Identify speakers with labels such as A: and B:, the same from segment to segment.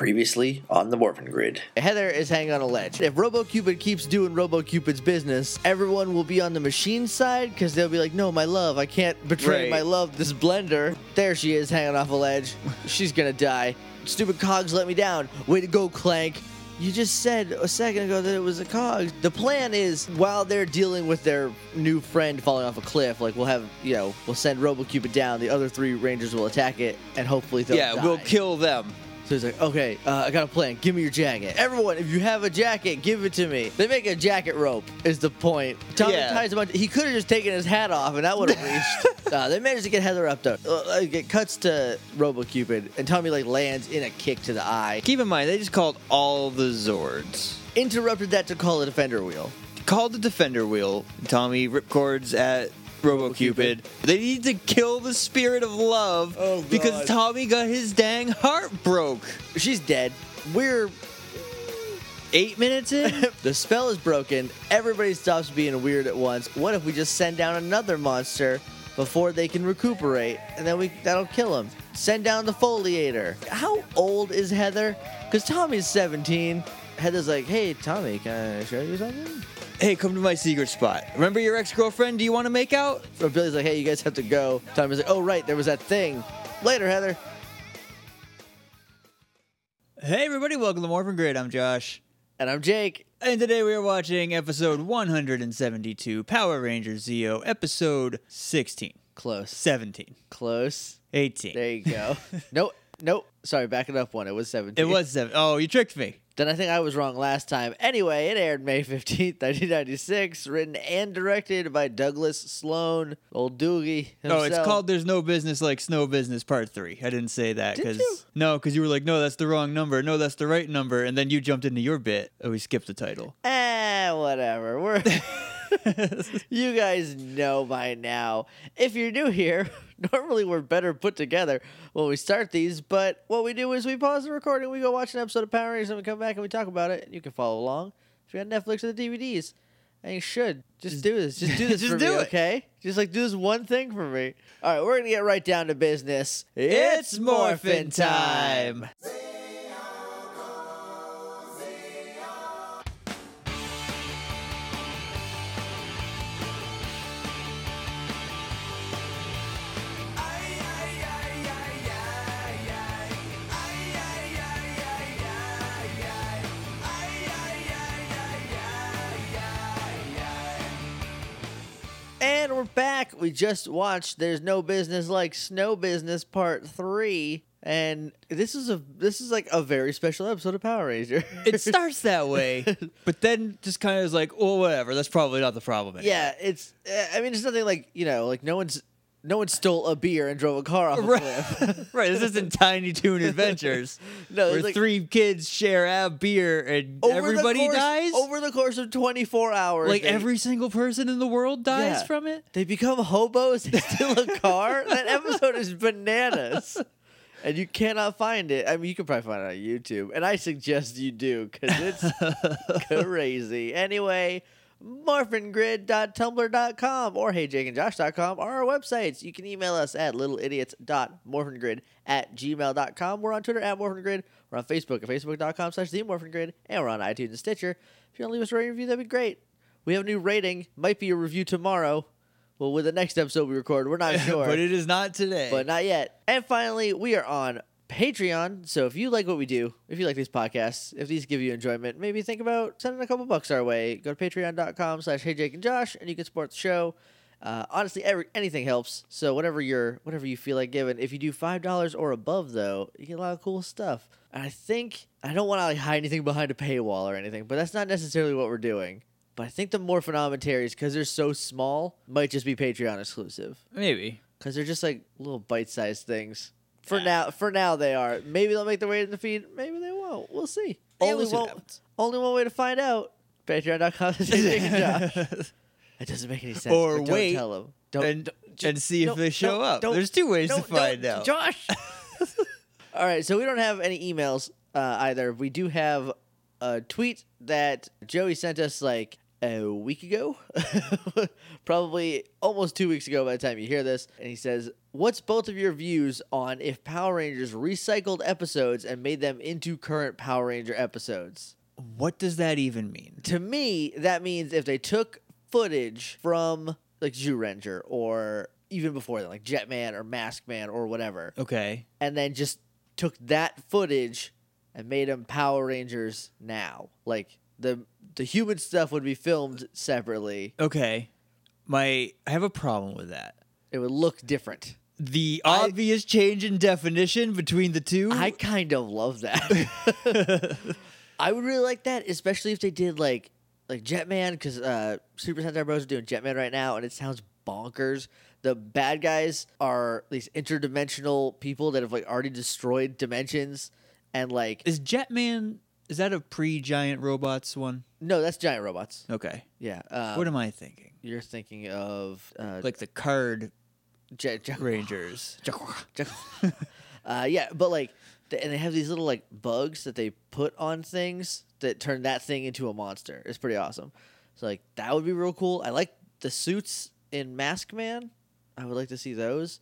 A: Previously on the Morphin Grid.
B: Heather is hanging on a ledge. If RoboCupid keeps doing RoboCupid's business, everyone will be on the machine side because they'll be like, no, my love, I can't betray
C: Right.
B: my love, this blender. There she is hanging off a ledge. She's gonna die. Stupid cogs let me down. Way to go, Clank. You just said a second ago that it was a cog. The plan is while they're dealing with their new friend falling off a cliff, like we'll have, you know, we'll send RoboCupid down, the other three rangers will attack it, and hopefully they'll
C: yeah, we'll
B: die.
C: kill them.
B: So he's like, okay, uh, I got a plan. Give me your jacket. Everyone, if you have a jacket, give it to me. They make a jacket rope, is the point. Tommy
C: Yeah.
B: ties him up. He could have just taken his hat off, and that would have reached. uh, they managed to get Heather up, though. Uh, like, it cuts to RoboCupid, and Tommy, like, lands in a kick to the eye.
C: Keep in mind, they just called all the Zords.
B: Interrupted that to call a defender wheel.
C: Called the Defender Wheel. Tommy ripcords at RoboCupid. They need to kill the spirit of love
B: Oh, God.
C: because Tommy got his dang heart broke.
B: She's dead. We're
C: Eight minutes in?
B: the spell is broken. Everybody stops being weird at once. What if we just send down another monster before they can recuperate, and then we that'll kill them? Send down the foliator. How old is Heather? Because Tommy's 17. Heather's like, hey Tommy, can I show you something?
C: hey, come to my secret spot. Remember your ex girlfriend? Do you want to make out?
B: Or Billy's like, hey, you guys have to go. Tommy's like, oh right, there was that thing. Later, Heather.
C: Hey, everybody, welcome to Morphin Grid. I'm Josh.
B: And I'm Jake.
C: And today we are watching episode 172 Power Rangers Zeo, episode 16,
B: Close.
C: 17,
B: Close.
C: 18.
B: There you go. no, no. Sorry, back it up one. It was 17.
C: It was seven. Oh, you tricked me.
B: Then I think I was wrong last time. Anyway, it aired May 15th, 1996, written and directed by Douglas Sloan, old Doogie himself.
C: Oh, it's called "There's No Business Like Snow Business Part 3. I didn't say that
B: Did
C: because
B: you?
C: no, because you were like, no, that's the wrong number. No, that's the right number, and then you jumped into your bit. Oh, we skipped the title.
B: Eh, whatever. We're you guys know by now. If you're new here, normally we're better put together when we start these, but what we do is we pause the recording, we go watch an episode of Power Rangers, and we come back and we talk about it. You can follow along if you're on Netflix or the DVDs. And you should just do this. Just do this
C: Just
B: for
C: do
B: me,
C: it.
B: okay? Just like do this one thing for me. All right, we're gonna get right down to business.
C: It's morphin' time.
B: And we're back. We just watched There's No Business Like Snow Business Part 3. And this is a this is like a very special episode of Power Ranger.
C: It starts that way, but then just kind of is like, oh, whatever. That's probably not the problem. anymore."
B: yeah, it's uh, I mean it's nothing like, you know, like no one's no one stole a beer and drove a car off a cliff.
C: Right. right. This isn't Tiny Toon Adventures.
B: No, it's
C: where
B: like-
C: three kids share a beer and
B: Over the
C: everybody
B: course-
C: dies.
B: over the course of 24 hours.
C: like
B: they-
C: every single person in the world dies
B: Yeah.
C: from it.
B: they become hobos and steal a car. that episode is bananas. And you cannot find it. I mean, you can probably find it on YouTube, and I suggest you do because it's crazy. Anyway, morphingrid.tumblr.com or heyjakeandjosh.com are our websites. You can email us at littleidiots.morphingrid at gmail.com. We're on Twitter at morphingrid. We're on Facebook at facebook.com slash themorphingrid, and we're on iTunes and Stitcher. If you want to leave us a rating review, that'd be great. We have a new rating. Might be a review tomorrow. Well, with the next episode we record, we're not sure
C: But it is not today.
B: but not yet. And finally, we are on Patreon. So if you like what we do, if you like these podcasts, if these give you enjoyment, maybe think about sending a couple bucks our way. Go to patreon.com slash hey Jake and Josh and you can support the show. Uh, honestly, every, anything helps. So whatever you're, whatever you feel like giving, if you do five dollars or above, though, you get a lot of cool stuff. And I think I don't want to like, hide anything behind a paywall or anything, but that's not necessarily what we're doing. But I think the more phenomenaries, because they're so small, might just be Patreon exclusive
C: maybe.
B: because they're just like little bite-sized things. For now, for now they are. Maybe they'll make their way to the feed. Maybe they won't. We'll see.
C: Yeah,
B: only
C: we'll see what
B: one,
C: happens.
B: only one way to find out. Patreon.com. It doesn't make any sense.
C: Or
B: but
C: wait,
B: Don't tell them. Don't.
C: and
B: ju-
C: and see if
B: no,
C: they show
B: no,
C: up.
B: don't-
C: There's two ways
B: no,
C: to find
B: don't,
C: out.
B: Josh. All right, so we don't have any emails uh, either. We do have a tweet that Joey sent us like a week ago, probably almost two weeks ago by the time you hear this. And he says, What's both of your views on if Power Rangers recycled episodes and made them into current Power Ranger episodes?
C: What does that even mean?
B: To me, that means if they took footage from like Zoo Ranger or even before that, like Jetman or Maskman or whatever,
C: Okay.
B: and then just took that footage and made them Power Rangers now. Like the the human stuff would be filmed separately.
C: Okay. My I have a problem with that.
B: It would look different.
C: The obvious change in definition between the two.
B: I kind of love that. I would really like that, especially if they did like like Jetman, because uh, Super Sentai Bros are doing Jetman right now, and it sounds bonkers. The bad guys are these interdimensional people that have like already destroyed dimensions, and like
C: is Jetman is that a pre-giant robots one?
B: no, that's giant robots.
C: Okay.
B: Yeah, uh,
C: what am I thinking?
B: you're thinking of uh,
C: Like the card
B: Jet, Jet,
C: rangers.
B: Jack- uh, yeah, but like, th- and they have these little like bugs that they put on things that turn that thing into a monster. It's pretty awesome. So like, that would be real cool. I like the suits in Mask Man. I would like to see those.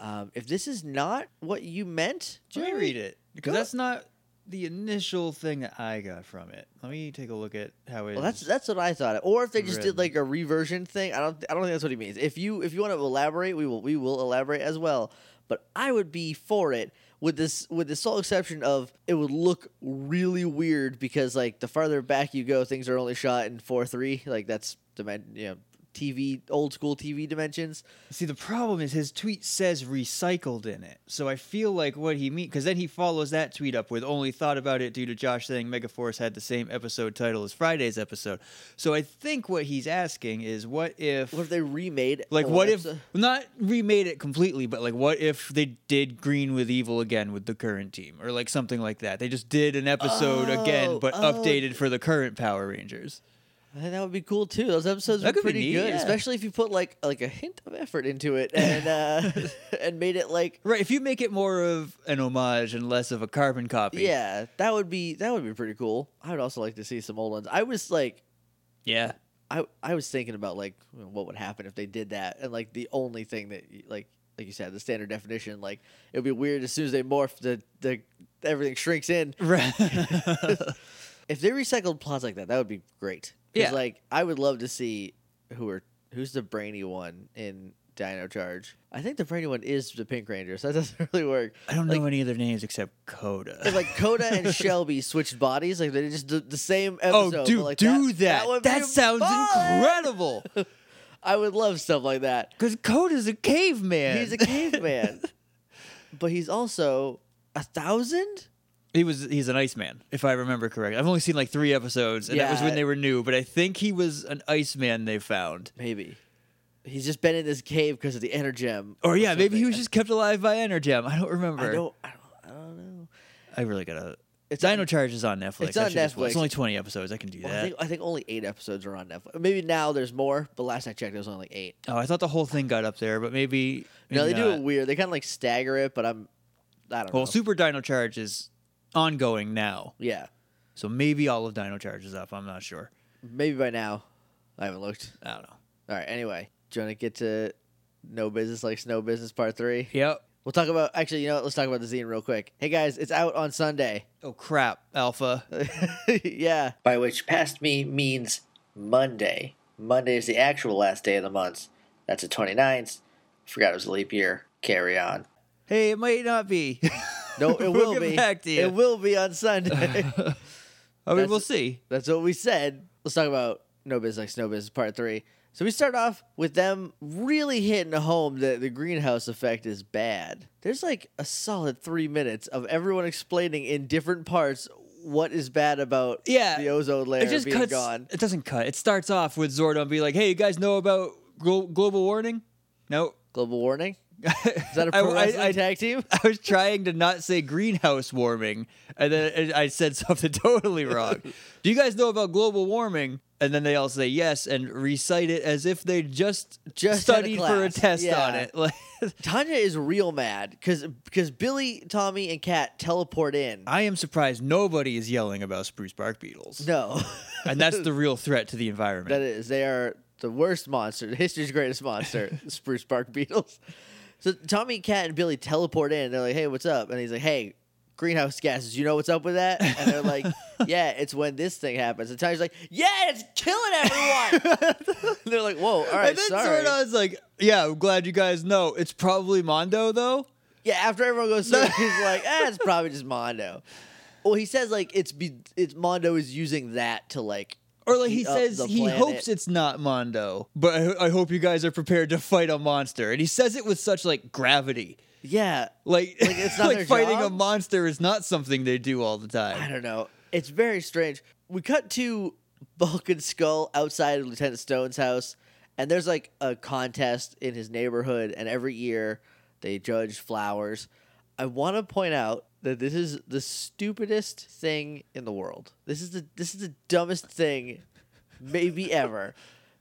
B: Um, if this is not what you meant,
C: Let me
B: Jerry,
C: read it because
B: Go-
C: that's not the initial thing that I got from it. Let me take a look at how it.
B: Well, that's that's what I thought. Or if they just did
C: Written.
B: like a reversion thing, I don't I don't think that's what he means. If you if you want to elaborate, we will we will elaborate as well. But I would be for it with this with the sole exception of it would look really weird because like the farther back you go, things are only shot in four three. Like that's dimen- you know TV old school TV dimensions.
C: See, the problem is his tweet says recycled in it, so I feel like what he mean because then he follows that tweet up with only thought about it due to Josh saying Megaforce had the same episode title as Friday's episode. So I think what he's asking is, what if?
B: What if they remade
C: like
B: old
C: what if
B: episode-
C: not remade it completely but like what if they did green with evil again with the current team or like something like that they just did an episode
B: Oh,
C: again but
B: oh.
C: updated for the current power rangers
B: I think that would be cool too. Those episodes
C: That
B: were
C: could be
B: pretty
C: neat,
B: good,
C: yeah.
B: especially if you put like like a hint of effort into it and uh, and made it like
C: right if you make it more of an homage and less of a carbon copy
B: Yeah, that would be that would be pretty cool. I would also like to see some old ones. I was like,
C: yeah
B: I I was thinking about like what would happen if they did that, and like the only thing that y- like like you said, the standard definition, like it would be weird as soon as they morph, the the everything shrinks in.
C: right
B: If they recycled plots like that, that would be great. 'Cause,
C: Yeah.
B: like I would love to see who are who's the brainy one in Dino Charge. I think the brainy one is the Pink Ranger, so that doesn't really work.
C: i don't
B: Like,
C: know any other names except coda
B: if like Coda and Shelby switched bodies, like they just did the same
C: oh
B: episode. but,
C: dude
B: like
C: do that
B: would
C: that,
B: be
C: sounds
B: fun!
C: incredible
B: I would love stuff like that.
C: because coda's a caveman
B: He's a caveman, but he's also a thousand.
C: He was he's an Iceman, if I remember correctly. I've only seen like three episodes, and that was
B: Yeah.
C: when they were new, but I think he was an Iceman they found.
B: Maybe he's just been in this cave because of the energem.
C: Or yeah, maybe he
B: something.
C: was just kept alive by Energem. I don't remember.
B: I don't. I don't. I don't know.
C: I really gotta
B: It's
C: Dino Charge is on Netflix.
B: It's
C: I
B: on
C: should just watch-
B: Netflix.
C: It's only twenty episodes, I can do
B: Well,
C: that.
B: I think I think only eight episodes are on Netflix. Maybe now there's more, but last I checked, there was only like eight.
C: oh, I thought the whole thing got up there, but maybe, maybe
B: No, they do
C: not.
B: it weird. They kind of like stagger it, but I'm. I don't
C: Well,
B: know.
C: Super Dino Charge is ongoing now.
B: yeah,
C: So maybe all of Dino Charge is up. I'm not sure.
B: maybe by now. I haven't looked.
C: I don't know.
B: All right. Anyway, do you want to get to no business like snow business part three?
C: Yep.
B: We'll talk about actually. You know what? Let's talk about the zine real quick. Hey guys, it's out on Sunday.
C: Oh crap, Alpha.
B: yeah,
A: by which past me means Monday. Monday is the actual last day of the month. That's the 29th. Forgot it was a leap year. Carry on.
C: Hey, it might not be.
B: no, it
C: We'll
B: will
C: get
B: be.
C: back to you.
B: It will be on Sunday.
C: I mean,
B: That's-
C: we'll see.
B: That's what we said. Let's talk about no business like snow business part three. So we start off with them really hitting home that the greenhouse effect is bad. There's like a solid three minutes of everyone explaining in different parts what is bad about
C: Yeah.
B: the ozone layer
C: it just
B: being
C: cuts.
B: gone.
C: It doesn't cut. It starts off with Zordon be like, "Hey, you guys know about glo- global warning?" No.
B: Global warning. Is that a
C: I-
B: pro
C: I-
B: wrestling
C: I-
B: tag team?
C: I was trying to not say greenhouse warming, and then I I said something totally wrong. Do you guys know about global warming? And and then they all say yes and recite it as if they just
B: Just had a
C: studied for a
B: class.
C: test on
B: Yeah.
C: it. Like
B: Tanya is real mad because because Billy, Tommy, and Kat teleport in.
C: I am surprised nobody is yelling about spruce bark beetles.
B: no,
C: And that's the real threat to the environment.
B: that is they are the worst monster, history's greatest monster, spruce bark beetles. So Tommy, Kat, and Billy teleport in. They're like, "Hey, what's up?" And he's like, "Hey, greenhouse gases. You know what's up with that?" And they're like, "Yeah, it's when this thing happens." And Tanya's like, "Yeah, it's killing everyone." they're like, "Whoa, all right,
C: and then
B: sorry."
C: Zordon's like, yeah, I'm glad you guys know. It's probably Mondo though.
B: Yeah, after everyone goes through, he's like, "Ah, it's probably just Mondo." Well, he says like it's be it's Mondo is using that to like,
C: Or like he
B: heat up
C: says
B: the
C: he
B: planet.
C: hopes it's not Mondo, but I, I hope you guys are prepared to fight a monster. And he says it with such like gravity.
B: yeah,
C: Like,
B: Like, it's not
C: like
B: their
C: fighting a
B: job?
C: monster is not something they do all the
B: I
C: time.
B: don't know. It's very strange. We cut to Bulk and Skull outside of Lieutenant Stone's house, and there's like a contest in his neighborhood, and every year they judge flowers. I want to point out that this is the stupidest thing in the world. This is the this is the dumbest thing, maybe ever,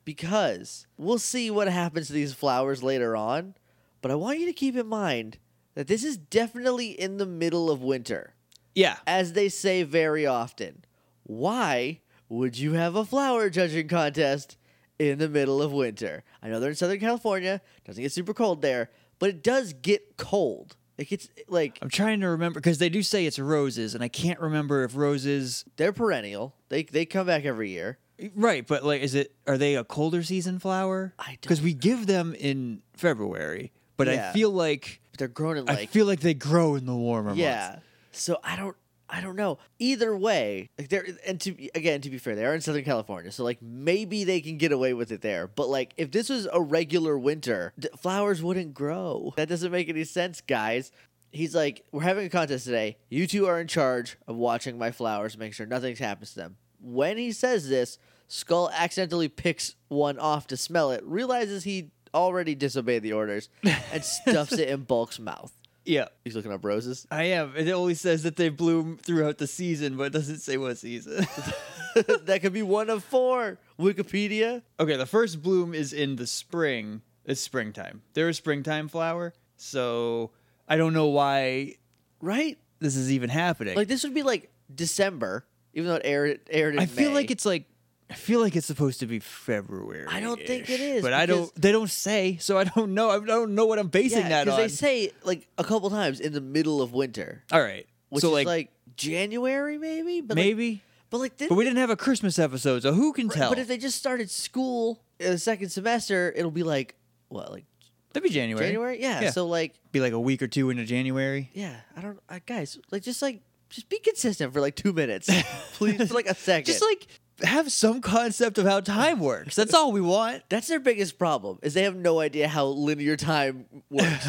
B: because we'll see what happens to these flowers later on. But I want you to keep in mind that this is definitely in the middle of winter
C: Yeah.
B: as they say very often. Why would you have a flower judging contest in the middle of winter? I know they're in Southern California, doesn't get super cold there, but it does get cold. It gets like
C: I'm trying to remember because they do say it's roses, and I can't remember if roses.
B: they're perennial. They they come back every year.
C: Right, but like, is it are they a colder season flower?
B: I don't
C: Because we give them in February, but
B: Yeah.
C: I feel like,
B: But they're grown in
C: I
B: like
C: feel like they grow in the warmer
B: yeah.
C: months.
B: So I don't I don't know. Either way, like they're and to be- again to be fair, they are in Southern California, so like maybe they can get away with it there. But like if this was a regular winter, th- flowers wouldn't grow. That doesn't make any sense, guys. He's like, we're having a contest today. You two are in charge of watching my flowers, make sure nothing happens to them. When he says this, Skull accidentally picks one off to smell it, realizes he already disobeyed the orders, and stuffs it in Bulk's mouth.
C: Yeah,
B: He's looking up roses.
C: I am. It always says that they bloom throughout the season, but it doesn't say what season.
B: that could be one of four. Wikipedia.
C: okay, the first bloom is in the spring. It's springtime. They're a springtime flower, so I don't know why
B: Right?
C: this is even happening.
B: Like this would be like December, even though it aired aired in
C: I feel
B: May.
C: like it's like I feel like it's supposed to be February.
B: I don't think it is,
C: but I
B: because-
C: don't. They don't say, so I don't know. I don't know what I'm basing
B: yeah,
C: that on.
B: because they say like a couple times in the middle of winter,
C: All right,
B: which
C: so
B: is
C: like,
B: like, January maybe, but like,
C: maybe,
B: but like this,
C: but we didn't have a Christmas episode, so who can tell?
B: but if they just started school in the second semester, it'll be like what like
C: That'd be January.
B: January? Yeah.
C: Yeah.
B: So like
C: Be like a week or two into January.
B: yeah, I don't I, guys like just like just be consistent for like two minutes, please for like a second.
C: Just like have some concept of how time works. That's all we want.
B: that's their biggest problem is they have no idea how linear time works.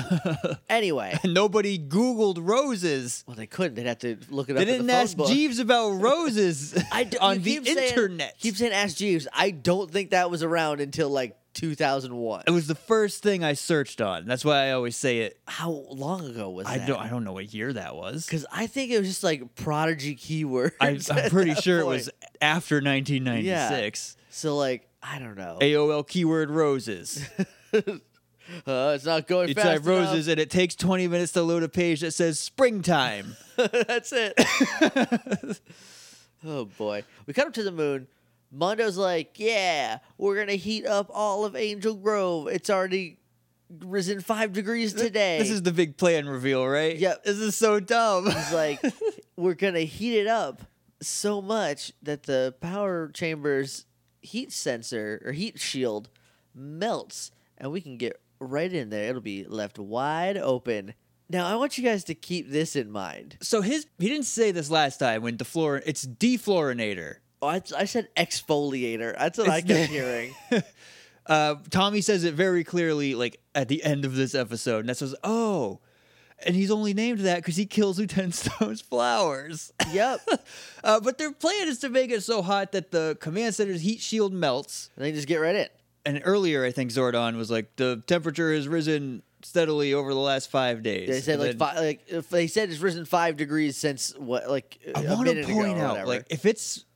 B: anyway,
C: And nobody Googled roses.
B: Well, they couldn't. They'd have to look it up.
C: They
B: in
C: didn't
B: the phone
C: ask
B: book.
C: Jeeves about roses
B: I d-
C: on
B: you
C: the
B: keep saying-
C: internet.
B: keep saying ask Jeeves. I don't think that was around until like 2001.
C: it was the first thing I searched on. That's why I always say it.
B: How long ago was
C: I
B: that?
C: don't. I don't know what year that was.
B: Because I think it was just like prodigy keywords.
C: I, I'm
B: at
C: pretty
B: that
C: sure it
B: point.
C: was after 1996.
B: So like I don't know.
C: AOL keyword roses.
B: Uh, it's not going
C: You
B: fast
C: type roses and it takes 20 minutes to load a page that says springtime.
B: enough. That's it. oh boy, we cut up to the moon. Mondo's like, yeah, we're gonna heat up all of Angel Grove. It's already risen five degrees today.
C: This is the big plan reveal, right?
B: Yep.
C: This is so dumb.
B: It's like, we're gonna heat it up so much that the power chamber's heat sensor or heat shield melts, and we can get right in there. It'll be left wide open. Now, I want you guys to keep this in mind.
C: So his he didn't say this last time when deflor it's deflorinator.
B: Oh, I, I said exfoliator. That's what I
C: It's the-
B: kept hearing.
C: Uh, Tommy says it very clearly, like at the end of this episode, and that says, "Oh," and he's only named that because he kills Lieutenant Stone's flowers.
B: yep.
C: Uh, but their plan is to make it so hot that the command center's heat shield melts.
B: And they just get right in.
C: And earlier, I think Zordon was like, the temperature has risen steadily over the last five days.
B: They said like
C: And then-
B: five, like if they said it's risen five degrees since what like
C: I
B: a
C: want to
B: minute ago
C: point
B: or
C: out,
B: whatever.
C: like, if it's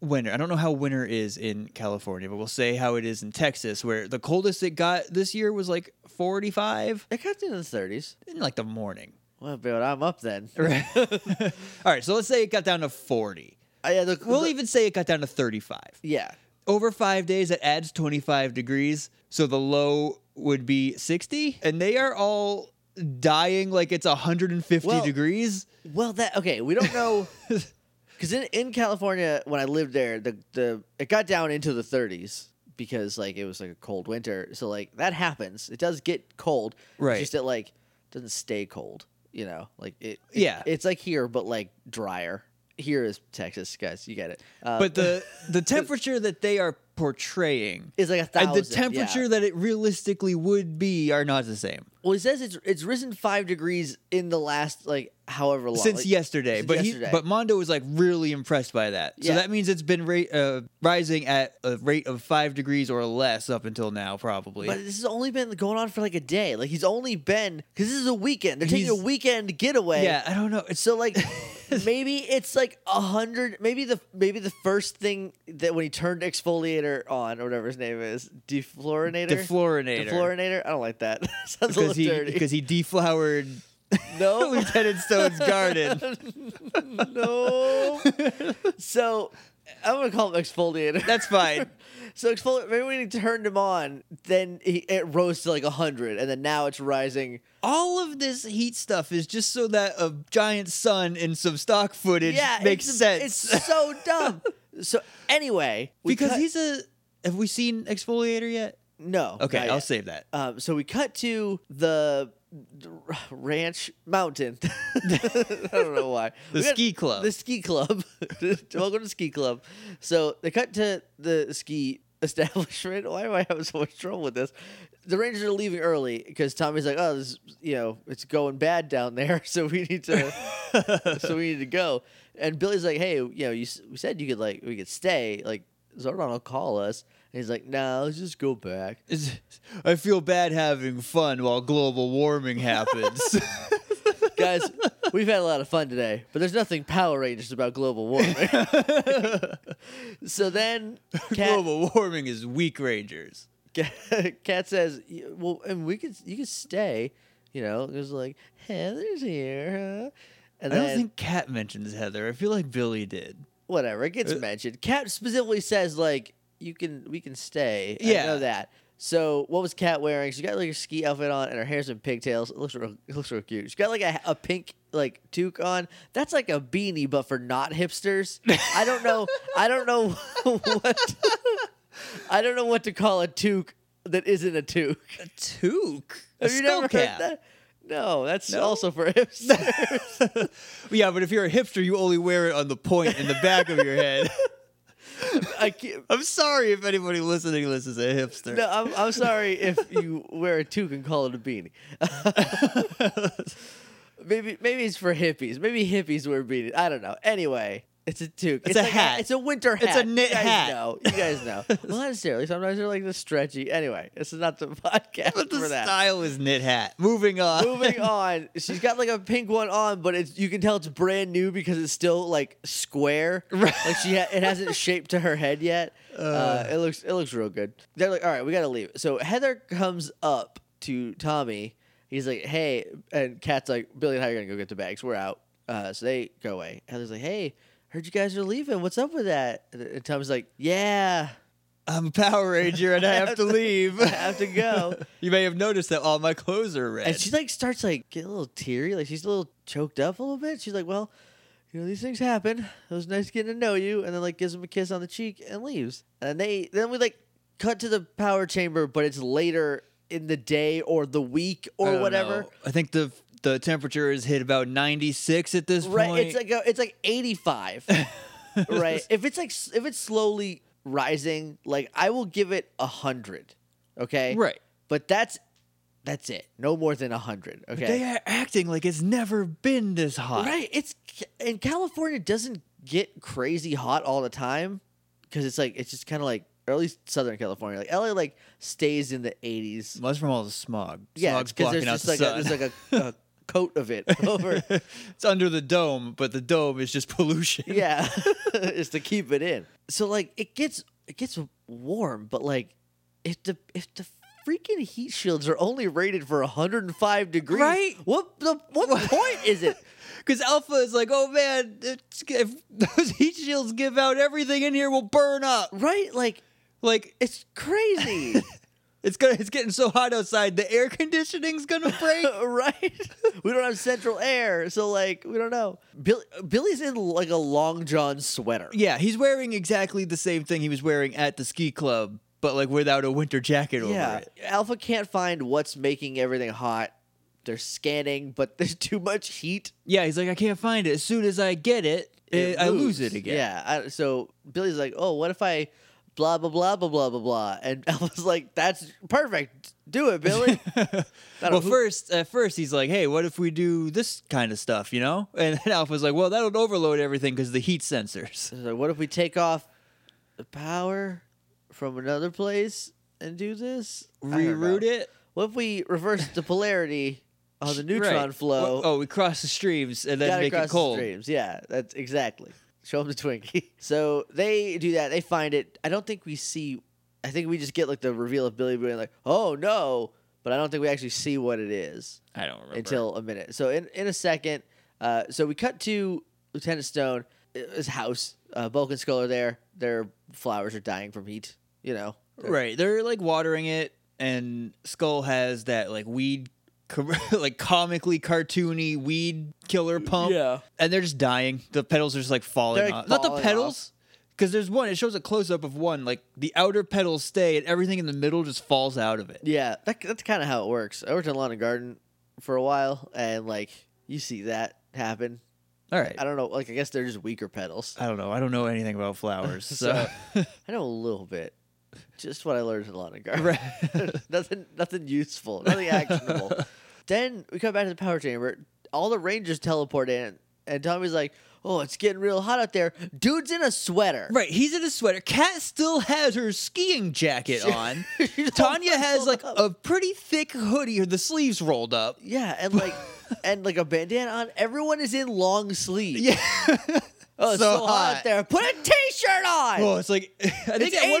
C: winter. I don't know how winter is in California, but we'll say how it is in Texas, where the coldest it got this year was like 45
B: It got into the 30s.
C: in like the morning.
B: Well, but I'm up then.
C: Right. All right. So let's say it got down to 40.
B: I, yeah, the,
C: We'll
B: the-
C: even say it got down to 35.
B: yeah.
C: Over five days, it adds 25 degrees. So the low would be 60. And they are all dying like it's 150
B: Well-
C: degrees.
B: Well, that okay. We don't know because in, in California, when I lived there, the the it got down into the 30s because like it was like a cold winter. So like that happens. It does get cold. It's
C: Right.
B: just it like doesn't stay cold. You know, like it. it-
C: Yeah.
B: It's like here, but like drier. Here is Texas, guys. You get it. Uh,
C: But the, the temperature that they are portraying
B: is like a
C: and
B: thousand.
C: the
B: yeah.
C: temperature that it realistically would be are not the same
B: Well, he says it's it's risen five degrees in the last like however long
C: since
B: Like,
C: yesterday.
B: since
C: but
B: yesterday.
C: he, but Mondo was like really impressed by that. So
B: Yeah.
C: that means it's been ra- uh, rising at a rate of five degrees or less up until now, probably.
B: But this has only been going on for like a day. Like he's only been because this is a weekend. They're taking a
C: He's-
B: weekend getaway.
C: yeah, I don't know. It's
B: So like maybe it's like a hundred. Maybe the maybe the first thing that when he turned exfoliator on or whatever his name is defluorinator.
C: Defluorinator.
B: Defluorinator. I don't like that. Sounds a little
C: because he
B: dirty.
C: because he deflowered
B: no.
C: Lieutenant Stone's garden.
B: no. so I'm gonna call him exfoliator.
C: That's fine.
B: So exfoli- maybe when he turned him on, then he, it rose to like hundred, and then now it's rising.
C: All of this heat stuff is just so that a giant sun and some stock footage
B: yeah,
C: makes
B: it's,
C: sense.
B: It's so dumb. so anyway, we
C: because
B: cut-
C: he's a. Have we seen exfoliator yet?
B: no.
C: Okay,
B: not
C: I'll
B: yet.
C: save that.
B: Um, so we cut to the the r- ranch mountain. I don't know why.
C: The
B: We got-
C: ski club.
B: The ski club. Welcome to ski club. So they cut to the ski establishment. Why am I having so much trouble with this? The Rangers are leaving early because Tommy's like, "Oh, this, you know, it's going bad down there, so we need to, so we need to go." And Billy's like, "Hey, you know, you s- we said you could like we could stay. Like Zordon will call us." And he's like, "No, let's just go back."
C: It's- I feel bad having fun while global warming happens.
B: Guys, we've had a lot of fun today, but there's nothing Power Rangers about global warming. so then, Cat,
C: global warming is weak rangers.
B: Cat, says, "Y- "Well, and we could you could stay, you know." It was like Heather's here, huh? And
C: I
B: then
C: don't think Kat mentions Heather. I feel like Billy did.
B: whatever it
C: Uh,
B: gets mentioned. Cat specifically says like you can we can stay. I
C: Yeah.
B: know that. So what was Kat wearing? She got like a ski outfit on, and her hair's in pigtails. It looks real, it looks real cute. She got like a, a pink like toque on. That's like a beanie, but for not hipsters. I don't know. I don't know what. I don't know what to call a toque that isn't a toque.
C: A toque.
B: Have you never heard that? No, that's also for hipsters.
C: Yeah, but if you're a hipster, you only wear it on the point in the back of your head.
B: I can't,
C: I'm sorry if anybody listening listens to hipster.
B: No, I'm, I'm sorry if you wear a toque and call it a beanie. maybe maybe it's for hippies. Maybe hippies wear beanies. I don't know. Anyway, it's a toque. It's,
C: a
B: like
C: hat.
B: it's a winter hat.
C: It's a knit
B: you guys
C: hat.
B: Know. You guys know. well, not necessarily. Sometimes they're like this stretchy. Anyway, this is not the podcast
C: but the
B: for that.
C: style is knit hat. Moving on.
B: Moving on, she's got like a pink one on, but it's you can tell it's brand new because it's still like square.
C: Right.
B: Like she ha- it hasn't shaped to her head yet. Uh, it looks it looks real good. They're like, all right, we gotta leave. So Heather comes up to Tommy. He's like, hey, and Kat's like, Billy and I are gonna go get the bags. We're out. Uh, so they go away. Heather's like, hey, heard you guys are leaving. What's up with that? And- And Tommy's like, yeah,
C: I'm a Power Ranger and I have to leave.
B: I have to go.
C: you may have noticed that all my clothes are red.
B: And she like starts like get a little teary, like she's a little choked up a little bit. She's like, "Well, you know these things happen. It was nice getting to know you." And then like gives him a kiss on the cheek and leaves. And they then we like cut to the power chamber, but it's later in the day or the week
C: I
B: or
C: don't
B: whatever.
C: know. I think the the temperature has hit about 96 at this
B: Right?
C: point.
B: It's like a, it's like eighty five. right? If it's like s- if it's slowly rising, like I will give it a hundred. Okay.
C: Right.
B: But that's that's it. No more than a hundred. Okay.
C: They are acting like it's never been this hot.
B: Right. It's and California doesn't get crazy hot all the time because it's like it's just kind of like or at least Southern California. Like LA like stays in the 80s.
C: Well, that's from all the smog.
B: Yeah,
C: Smog's
B: because there's
C: blocking out
B: just
C: the
B: like a,
C: sun.
B: there's like a, a coat of it over.
C: it's under the dome, but the dome is just pollution.
B: yeah, is to keep it in. So like it gets it gets warm, but like if the if the freaking heat shields are only rated for 105 degrees,
C: Right?
B: What the what point is it?
C: Because Alpha is like, oh man, it's, if those heat shields give out, everything in here will burn up.
B: Right? Like
C: Like
B: it's crazy.
C: it's gonna, it's getting so hot outside, the air conditioning's gonna break.
B: right? We don't have central air, so like we don't know. Bill, Billy's in like a long john sweater.
C: yeah, he's wearing exactly the same thing he was wearing at the ski club, but like without a winter jacket over it.
B: Alpha can't find what's making everything hot. They're scanning, but there's too much heat.
C: Yeah, he's like, I can't find it. As soon as I get it,
B: It
C: eh, I
B: moves.
C: lose it again.
B: Yeah. I, so Billy's like, "Oh, what if I blah blah blah blah blah blah blah?" And Alpha's like, "That's perfect. Do it, Billy." don't
C: well,
B: know who-
C: first, at first, he's like, "Hey, what if we do this kind of stuff?" You know, and then Alpha's like, "Well, that'll overload everything because the heat sensors."
B: He's like, "What if we take off the power from another place and do this? I don't
C: Reroute
B: know.
C: it.
B: What if we reverse the polarity on Oh, the neutron
C: Right.
B: flow?
C: Oh, we cross the streams and
B: Gotta
C: then make it
B: cross the
C: cold.
B: streams. Yeah, that's exactly. Show them the Twinkie. so they do that. They find it. I don't think we see. I think we just get like the reveal of Billy being like, "Oh no!" But I don't think we actually see what it is
C: I don't remember
B: until a minute. So in in a second, uh, so we cut to Lieutenant Stone, uh, his house. Uh, Bulk and Skull are there. Their flowers are dying from heat. You know, They're-
C: Right, they're like watering it, and Skull has that like weed, com- like comically cartoony weed killer pump.
B: Yeah.
C: and they're just dying. The petals are just like falling
B: They're, like,
C: off. Not the
B: falling
C: petals, because there's one. It shows a close up of one. Like the outer petals stay, and everything in the middle just falls out of it.
B: Yeah, that, that's kind of how it works. I worked in lawn and garden for a while, and like you see that happen.
C: All right.
B: I don't know. Like I guess they're just weaker petals.
C: I don't know. I don't know anything about flowers. So,
B: I know a little bit. Just what I learned in lawn and garden.
C: Right.
B: nothing, nothing useful. Nothing actionable. then we come back to the power chamber. All the rangers teleport in, and Tommy's like, "Oh, it's getting real hot out there. Dude's in a sweater."
C: right, he's in a sweater. Kat still has her skiing jacket on.
B: She don't
C: Tanya has
B: roll
C: like
B: up.
C: a pretty thick hoodie, or the sleeves rolled up.
B: Yeah, and like, and like a bandana on. Everyone is in long sleeves.
C: Yeah.
B: Oh, it's so, hot out there. Put a t-shirt on.
C: Oh, it's like I think
B: It's
C: at one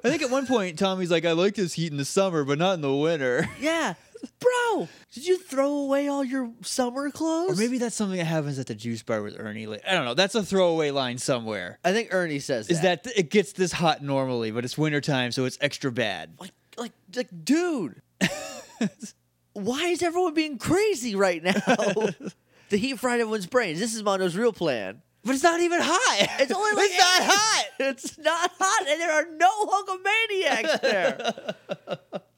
B: 85.
C: I think at one point Tommy's like, I like this heat in the summer, but not in the winter.
B: Yeah. Bro, did you throw away all your summer clothes?
C: Or maybe that's something that happens at the juice bar with Ernie. Like, I don't know. That's a throwaway line somewhere.
B: I think Ernie says
C: Is that th- it gets this hot normally, but it's wintertime, so it's extra bad.
B: like like like dude. Why is everyone being crazy right now? the heat fried everyone's brains. This is Mondo's real plan.
C: But it's not even hot.
B: It's only like
C: it's not
B: eight-
C: hot.
B: It's not hot, and there are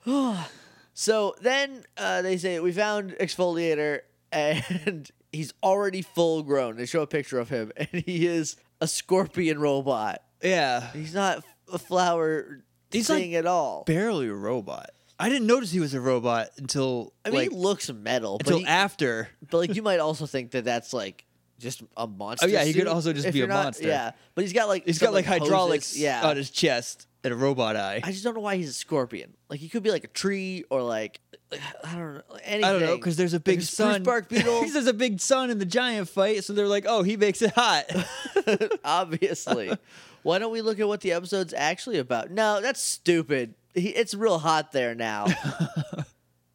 B: no Hulkamaniacs there. so then uh, they say we found exfoliator, and he's already full grown. They show a picture of him, and he is a scorpion robot.
C: Yeah.
B: He's not a flower
C: He's
B: thing at all.
C: Barely a robot. I didn't notice he was a robot until
B: I mean,
C: like
B: he looks metal, but,
C: until
B: he-
C: after.
B: but like you might also think that that's like just a monster.
C: Oh, yeah, he could
B: suit
C: also just
B: if
C: be a
B: you're not-
C: monster.
B: Yeah, but he's got like
C: He's
B: some,
C: got like hydraulics
B: hoses. Yeah,
C: on his chest and a robot eye.
B: I just don't know why he's a scorpion. Like he could be like a tree or like I don't know anything.
C: I don't know because there's a big
B: like spruce
C: sun.
B: bark beetle.
C: there's a big sun in the giant fight, so they're like, "Oh, he makes it hot."
B: Obviously, why don't we look at what the episode's actually about? No, that's stupid. He, it's real hot there now.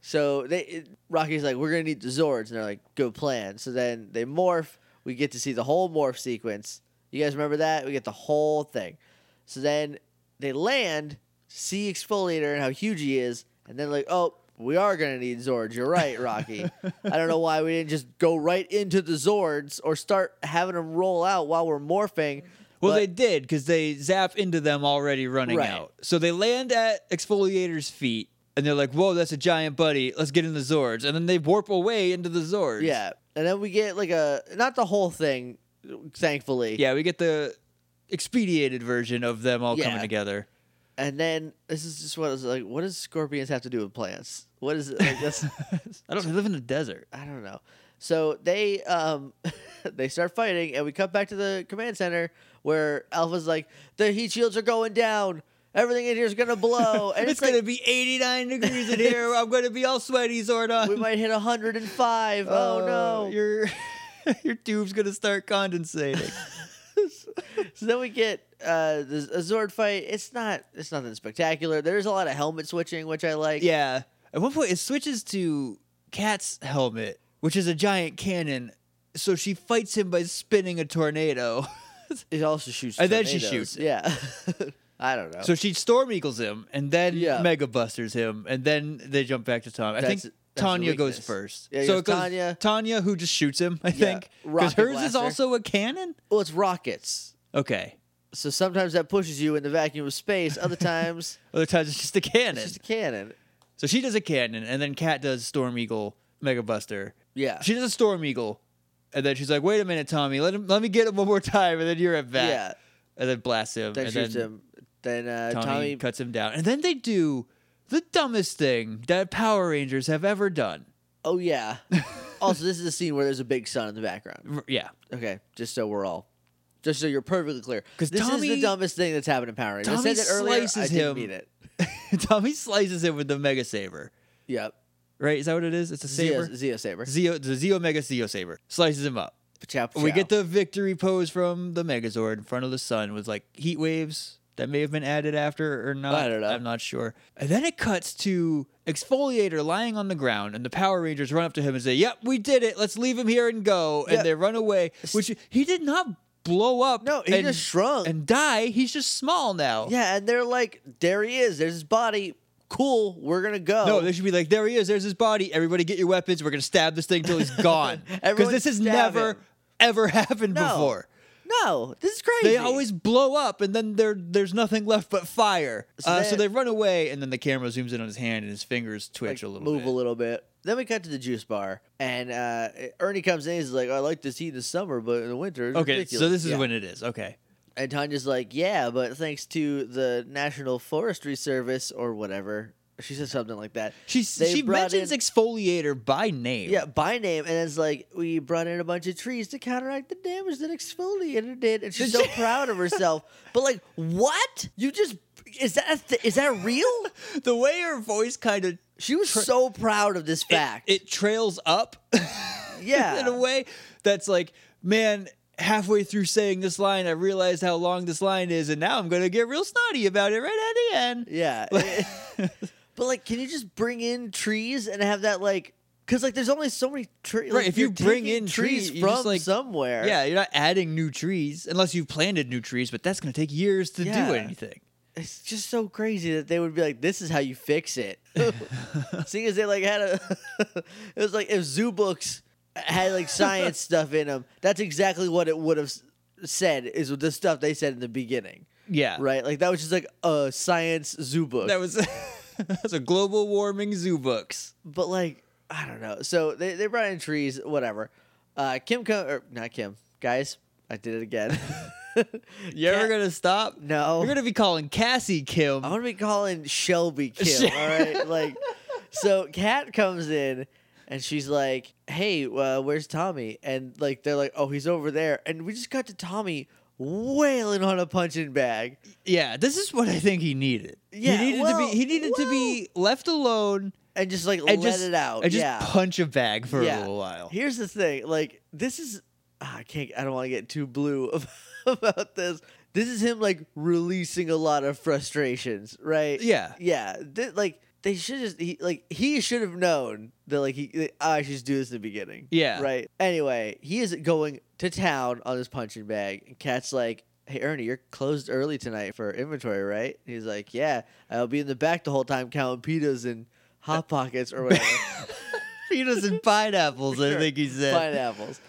B: so they it- Rocky's like, we're gonna need the Zords, and they're like, good plan. So then they morph. We get to see the whole morph sequence. You guys remember that? We get the whole thing. So then they land, see Exfoliator and how huge he is, and then like, oh, we are gonna need Zords. You're right, Rocky. I don't know why we didn't just go right into the Zords or start having them roll out while we're morphing.
C: well,
B: but-
C: they did because they zap into them already running
B: Right.
C: out. So they land at Exfoliator's feet, and they're like, "Whoa, that's a giant buddy. Let's get in the Zords." And then they warp away into the Zords.
B: yeah, and then we get like a not the whole thing, thankfully.
C: yeah. We get the expedited version of them all
B: Yeah.
C: coming together.
B: And then this is just what I was like. What does scorpions have to do with plants? What is it? Like, that's
C: I don't. They live in the desert.
B: I don't know. So they um they start fighting and we cut back to the command center where Alpha's like, the heat shields are going down Everything in here is gonna blow, and it's,
C: it's,
B: like
C: gonna be 89 degrees in here. I'm gonna be all sweaty, Zordon.
B: we might hit 105.
C: Uh,
B: oh no!
C: your your tube's gonna start condensating.
B: So then we get uh, the a Zord fight. It's not it's nothing spectacular. There's a lot of helmet switching, which I like.
C: yeah. At one point, it switches to Cat's helmet, which is a giant cannon. So she fights him by spinning a tornado.
B: It also shoots.
C: And then she
B: tornadoes.
C: shoots it.
B: Yeah. I don't know.
C: So she storm eagles him, and then
B: Yeah.
C: mega busters him, and then they jump back to Tom. I
B: That's-
C: think
B: that's the
C: Tanya goes
B: weakness.
C: first.
B: Yeah, it
C: so
B: goes
C: it goes
B: Tanya.
C: Tanya, who just shoots him. I think because
B: rocket
C: hers is
B: blaster.
C: also a cannon.
B: well, it's rockets.
C: Okay.
B: So sometimes that pushes you in the vacuum of space. Other times
C: Other times it's just a cannon.
B: it's just a cannon.
C: So she does a cannon, and then Kat does Storm Eagle, Mega Buster.
B: Yeah.
C: She does a Storm Eagle, and then she's like, "Wait a minute, Tommy, let him, let me get him one more time, and then you're at bat."
B: Yeah.
C: And then blasts him,
B: Then
C: and
B: shoots
C: then
B: him. Then uh,
C: Tommy,
B: Tommy.
C: cuts him down, and then they do the dumbest thing that Power Rangers have ever done.
B: oh yeah. also, this is a scene where there's a big sun in the background.
C: R- Yeah,
B: Okay, just so we're all, just so you're perfectly clear.
C: 'Cause
B: this is
C: Tommy-
B: the dumbest thing that's happened in Power Rangers. I
C: Tommy
B: said that earlier. I
C: slices
B: didn't
C: him.
B: mean it.
C: Tommy slices him with the Mega Saber.
B: Yep.
C: Right? Is that what it is? It's a
B: Zio,
C: saber.
B: Zio Saber.
C: Zeo, the Zeo Mega Zeo Saber slices him up.
B: Pachow,
C: We
B: pachow.
C: get the victory pose from the Megazord in front of the sun with like heat waves that may have been added after or not.
B: I don't know.
C: I'm not sure. And then it cuts to Exfoliator lying on the ground, and the Power Rangers run up to him and say, "Yep, we did it. Let's leave him here and go." And
B: Yeah.
C: they run away, which he did not blow up.
B: No, he
C: and,
B: just shrunk.
C: and die. He's just small now.
B: yeah, and they're like, there he is. There's his body. Cool. We're gonna go.
C: No, they should be like, there he is. There's his body. Everybody, get your weapons. We're gonna stab this thing till he's gone. Because
B: Everyone
C: this has
B: stab
C: never,
B: him.
C: ever happened
B: No.
C: before.
B: No, this is crazy.
C: They always blow up, and then there, there's nothing left but fire.
B: So
C: uh,
B: they-
C: so they run away, and then the camera zooms in on his hand, and his fingers twitch a little
B: move
C: bit.
B: a little bit. Then we cut to the juice bar, and uh, Ernie comes in. He's like, "Oh, "I like this heat in the summer, but in the winter, it's
C: okay, so
B: ridiculous."
C: this is
B: Yeah.
C: when it is. Okay,
B: And Tanya's like, yeah, but thanks to the National Forestry Service or whatever, she said something like that.
C: she
B: They
C: she
B: brought
C: mentions
B: in-
C: exfoliator by name.
B: Yeah, by name, and it's like we brought in a bunch of trees to counteract the damage that exfoliator did, and she's so proud of herself. But like, what? You just is that a th- is that real?
C: the way her voice kind of
B: She was so proud of this fact.
C: it trails up.
B: yeah,
C: in a way that's like, man, halfway through saying this line, I realized how long this line is, and now I'm gonna get real snotty about it right at the end.
B: yeah. but like, can you just bring in trees and have that like? Because like, there's only so many trees.
C: Right, if you bring in
B: trees
C: tree, you
B: from
C: just, like-
B: somewhere,
C: Yeah, you're not adding new trees unless you've planted new trees, but that's gonna take years to
B: Yeah.
C: do anything.
B: it's just so crazy that they would be like, "This is how you fix it." Seeing as they like had a, it was like if zoo books had like science stuff in them, that's exactly what it would have s- said is the stuff they said in the beginning,
C: Yeah,
B: right? Like that was just like a science zoo book,
C: That was that's a global warming zoo books.
B: but like I don't know. So they they brought in trees, whatever. Uh, Kim, co- or not Kim, guys, I did it again.
C: You ever
B: Cat-
C: gonna stop?
B: no.
C: You're gonna be calling Cassie Kim.
B: I'm gonna be calling Shelby Kim. all right, like, so Kat comes in and she's like, "Hey, uh, where's Tommy?" And like, they're like, "Oh, he's over there." And we just got to Tommy wailing on a punching bag.
C: yeah, this is what I think he needed.
B: Yeah,
C: he needed to
B: well-
C: be he needed to be left alone
B: and just like
C: and
B: let
C: just
B: it out.
C: and just
B: Oh, yeah.
C: punch a bag for
B: Yeah.
C: a little while.
B: Here's the thing, like this is ah, I can't I don't want to get too blue about this. This is him like releasing a lot of frustrations, right?
C: Yeah.
B: Yeah, Th- like they should just he, like he should have known that like he that, "Ah, I should just do this in the beginning.
C: Yeah.
B: Right. Anyway, he is going to town on his punching bag, and Cat's like, "Hey Ernie, you're closed early tonight for inventory, right?" And he's like, "Yeah, I'll be in the back the whole time counting pitas and hot pockets or whatever."
C: Peanuts and pineapples, I
B: Sure.
C: think he said.
B: pineapples.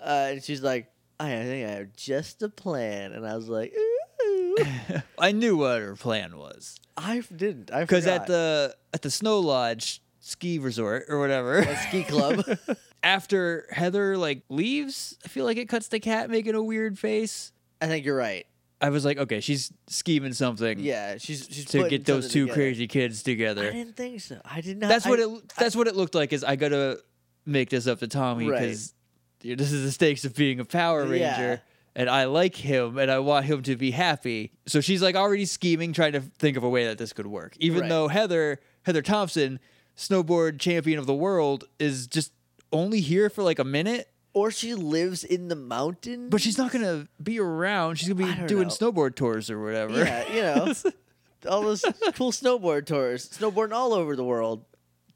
B: Uh, and she's like, I I think I have just a plan. And I was like, ooh.
C: I knew what her plan was
B: I didn't. I
C: because
B: forgot.
C: at the at the Snow Lodge ski resort or whatever,
B: At ski club.
C: after Heather like leaves, I feel like it cuts the cat making a weird face.
B: I think you're right.
C: I was like, okay, she's scheming something
B: Yeah, she's she's
C: to
B: putting
C: get those
B: something
C: two
B: together.
C: crazy kids
B: I
C: together.
B: didn't think so. I did not.
C: That's what
B: I-
C: it that's what it looked like. Is I gotta make this up to Tommy
B: Right.
C: because this is the stakes of being a Power Ranger.
B: Yeah.
C: and I like him and I want him to be happy. So she's like already scheming, trying to think of a way that this could work. Even
B: Right.
C: though Heather, Heather Thompson, snowboard champion of the world, is just only here for like a minute,
B: Or she lives in the mountain.
C: but she's not gonna be around. She's
B: I
C: gonna be
B: don't
C: doing
B: know.
C: snowboard tours or whatever.
B: yeah, you know, all those cool snowboard tours, snowboarding all over the world,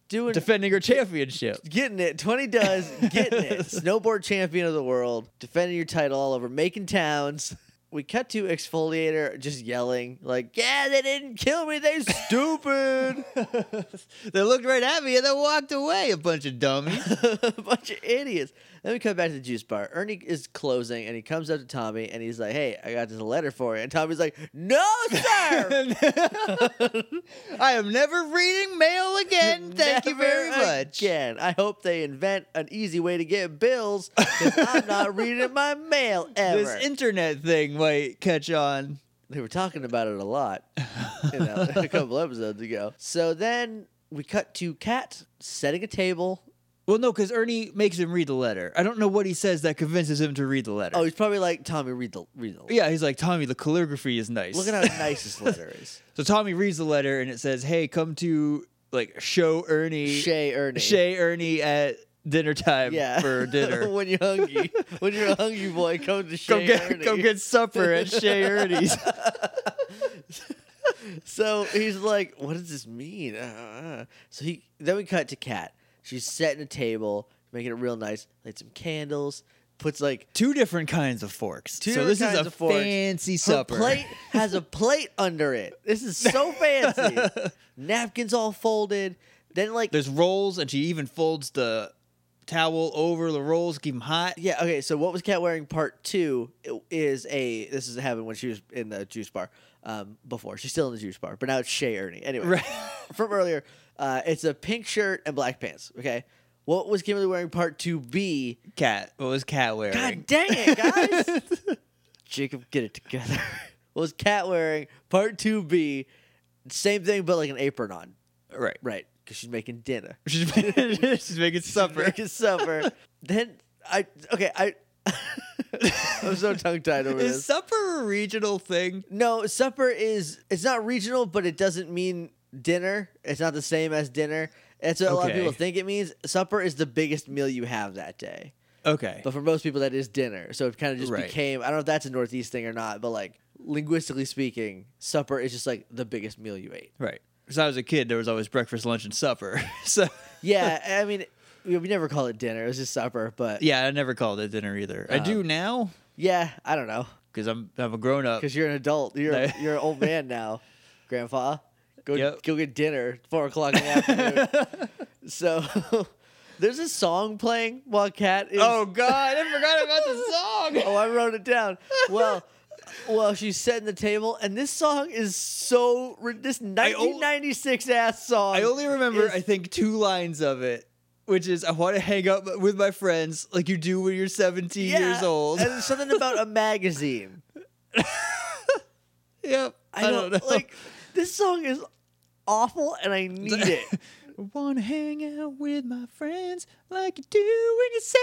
B: doing
C: Defending her championship.
B: getting it. Twenty does getting it. Snowboard champion of the world, defending your title all over, making towns. We cut to exfoliator just yelling like, "Yeah, they didn't kill me. They stupid."
C: they looked right at me and then walked away, a bunch of dummies.
B: a bunch of idiots. Then we come back to the juice bar. Ernie is closing, and he comes up to Tommy, and he's like, "Hey, I got this letter for you." And Tommy's like, "No, sir."
C: I am never reading mail again. Thank you
B: Never
C: very much.
B: Again, I hope they invent an easy way to get bills because I'm not reading my mail ever.
C: This internet thing might catch on.
B: they were talking about it a lot you know, a couple episodes ago. So then we cut to Kat setting a table.
C: Well, no, because Ernie makes him read the letter. I don't know what he says that convinces him to read the letter.
B: Oh, he's probably like Tommy. Read the read the.
C: yeah, he's like Tommy. The calligraphy is nice.
B: Look at how nice this letter is.
C: so Tommy reads the letter and it says, "Hey, come to like show Ernie,
B: Shay Ernie.
C: Shay Ernie at dinner time
B: Yeah.
C: for dinner.
B: when you're hungry. when you're a hungry boy, come to Shay
C: go get
B: Ernie.
C: go get supper at Shay Ernie's."
B: So he's like, "What does this mean?" Uh, uh. so he then we cut to Kat. She's setting a table, making it real nice. Lights some candles. Puts like
C: Two different kinds of forks.
B: Two
C: so this
B: different
C: is
B: kinds
C: a
B: of forks.
C: fancy
B: her
C: supper.
B: plate has a plate under it. This is so fancy. Napkins all folded. Then like
C: There's rolls, and she even folds the towel over the rolls, keep them hot.
B: Yeah. Okay. So what was Cat wearing? Part two is a. This is happened when she was in the juice bar. Um, before she's still in the juice bar, but now it's Shay Ernie. Anyway,
C: Right.
B: from earlier, uh, it's a pink shirt and black pants. Okay. What was Kimberly wearing? Part two B.
C: Cat, what was Cat wearing?
B: God dang it, guys! Jacob, get it together. what was Cat wearing? Part two B. Same thing, but like an apron on.
C: Right.
B: Right. Because she's making dinner.
C: She's making, she's making supper.
B: American supper. then I okay I. I'm so tongue tied over
C: Is
B: this.
C: supper a regional thing?
B: No, supper is it's not regional, but it doesn't mean dinner. It's not the same as dinner. That's what a lot of
C: Okay.
B: people think it means. Supper is the biggest meal you have that day,
C: Okay.
B: but for most people that is dinner. So it kind of just
C: Right.
B: became. I don't know if that's a Northeast thing or not, but like linguistically speaking, supper is just like the biggest meal you ate.
C: Right. Because I was a kid, there was always breakfast, lunch, and supper. So,
B: Yeah, I mean, we we never call it dinner. It was just supper, but
C: yeah, I never called it dinner either.
B: Uh,
C: I do now
B: yeah, I don't know.
C: because I'm, I'm a grown up.
B: Because you're an adult. You're
C: No.
B: you're an old man now, grandpa. Go
C: Yep.
B: go get dinner. Four o'clock in the afternoon. so there's a song playing while Kat is.
C: Oh, God. I forgot about the song.
B: Oh, I wrote it down. Well. Well, she's setting the table, and this song is so ri- this
C: I only-
B: 1996 ass song.
C: I only remember,
B: is-
C: I think, two lines of it, which is I want to hang out with my friends like you do when you're 17
B: Yeah,
C: years old.
B: and there's something about a magazine.
C: yep.
B: I, don't,
C: know.
B: like this song is awful, and I need it.
C: want to hang out with my friends like you do when
B: It's-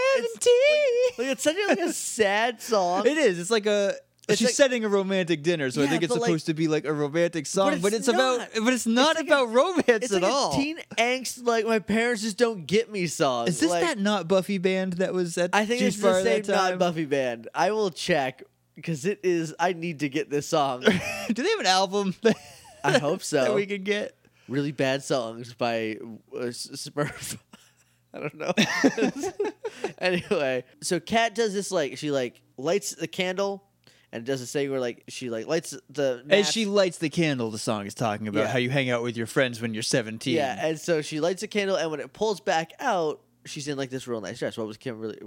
C: you're 17.
B: Like it's such a, like a sad song.
C: it is. It's like a.
B: It's
C: she's
B: like-
C: setting a romantic dinner, so I
B: Yeah,
C: think it's
B: but, like-
C: supposed to be like a romantic song,
B: it's
C: but it's, about,
B: not.
C: but it's not
B: like a-
C: about romance
B: it's
C: at
B: like
C: all.
B: a teen angst, like my parents just don't get me song.
C: is this
B: Like,
C: that not Buffy band that was at
B: I think
C: Juice
B: it's
C: Bar
B: the same
C: that
B: not
C: time?
B: Buffy band. I will check because it is. I need to get this song.
C: do they have an album that,
B: I hope
C: that
B: so.
C: we could get?
B: Really bad songs by uh, S- Smurf. I don't know. anyway, so Kat does this like she like lights the candle and does this thing where like she like lights the
C: And
B: match.
C: she lights the candle. The song is talking about
B: Yeah.
C: how you hang out with your friends when you're 17.
B: Yeah, and so she lights a candle, and when it pulls back out, she's in like this real nice dress. What was Kim really?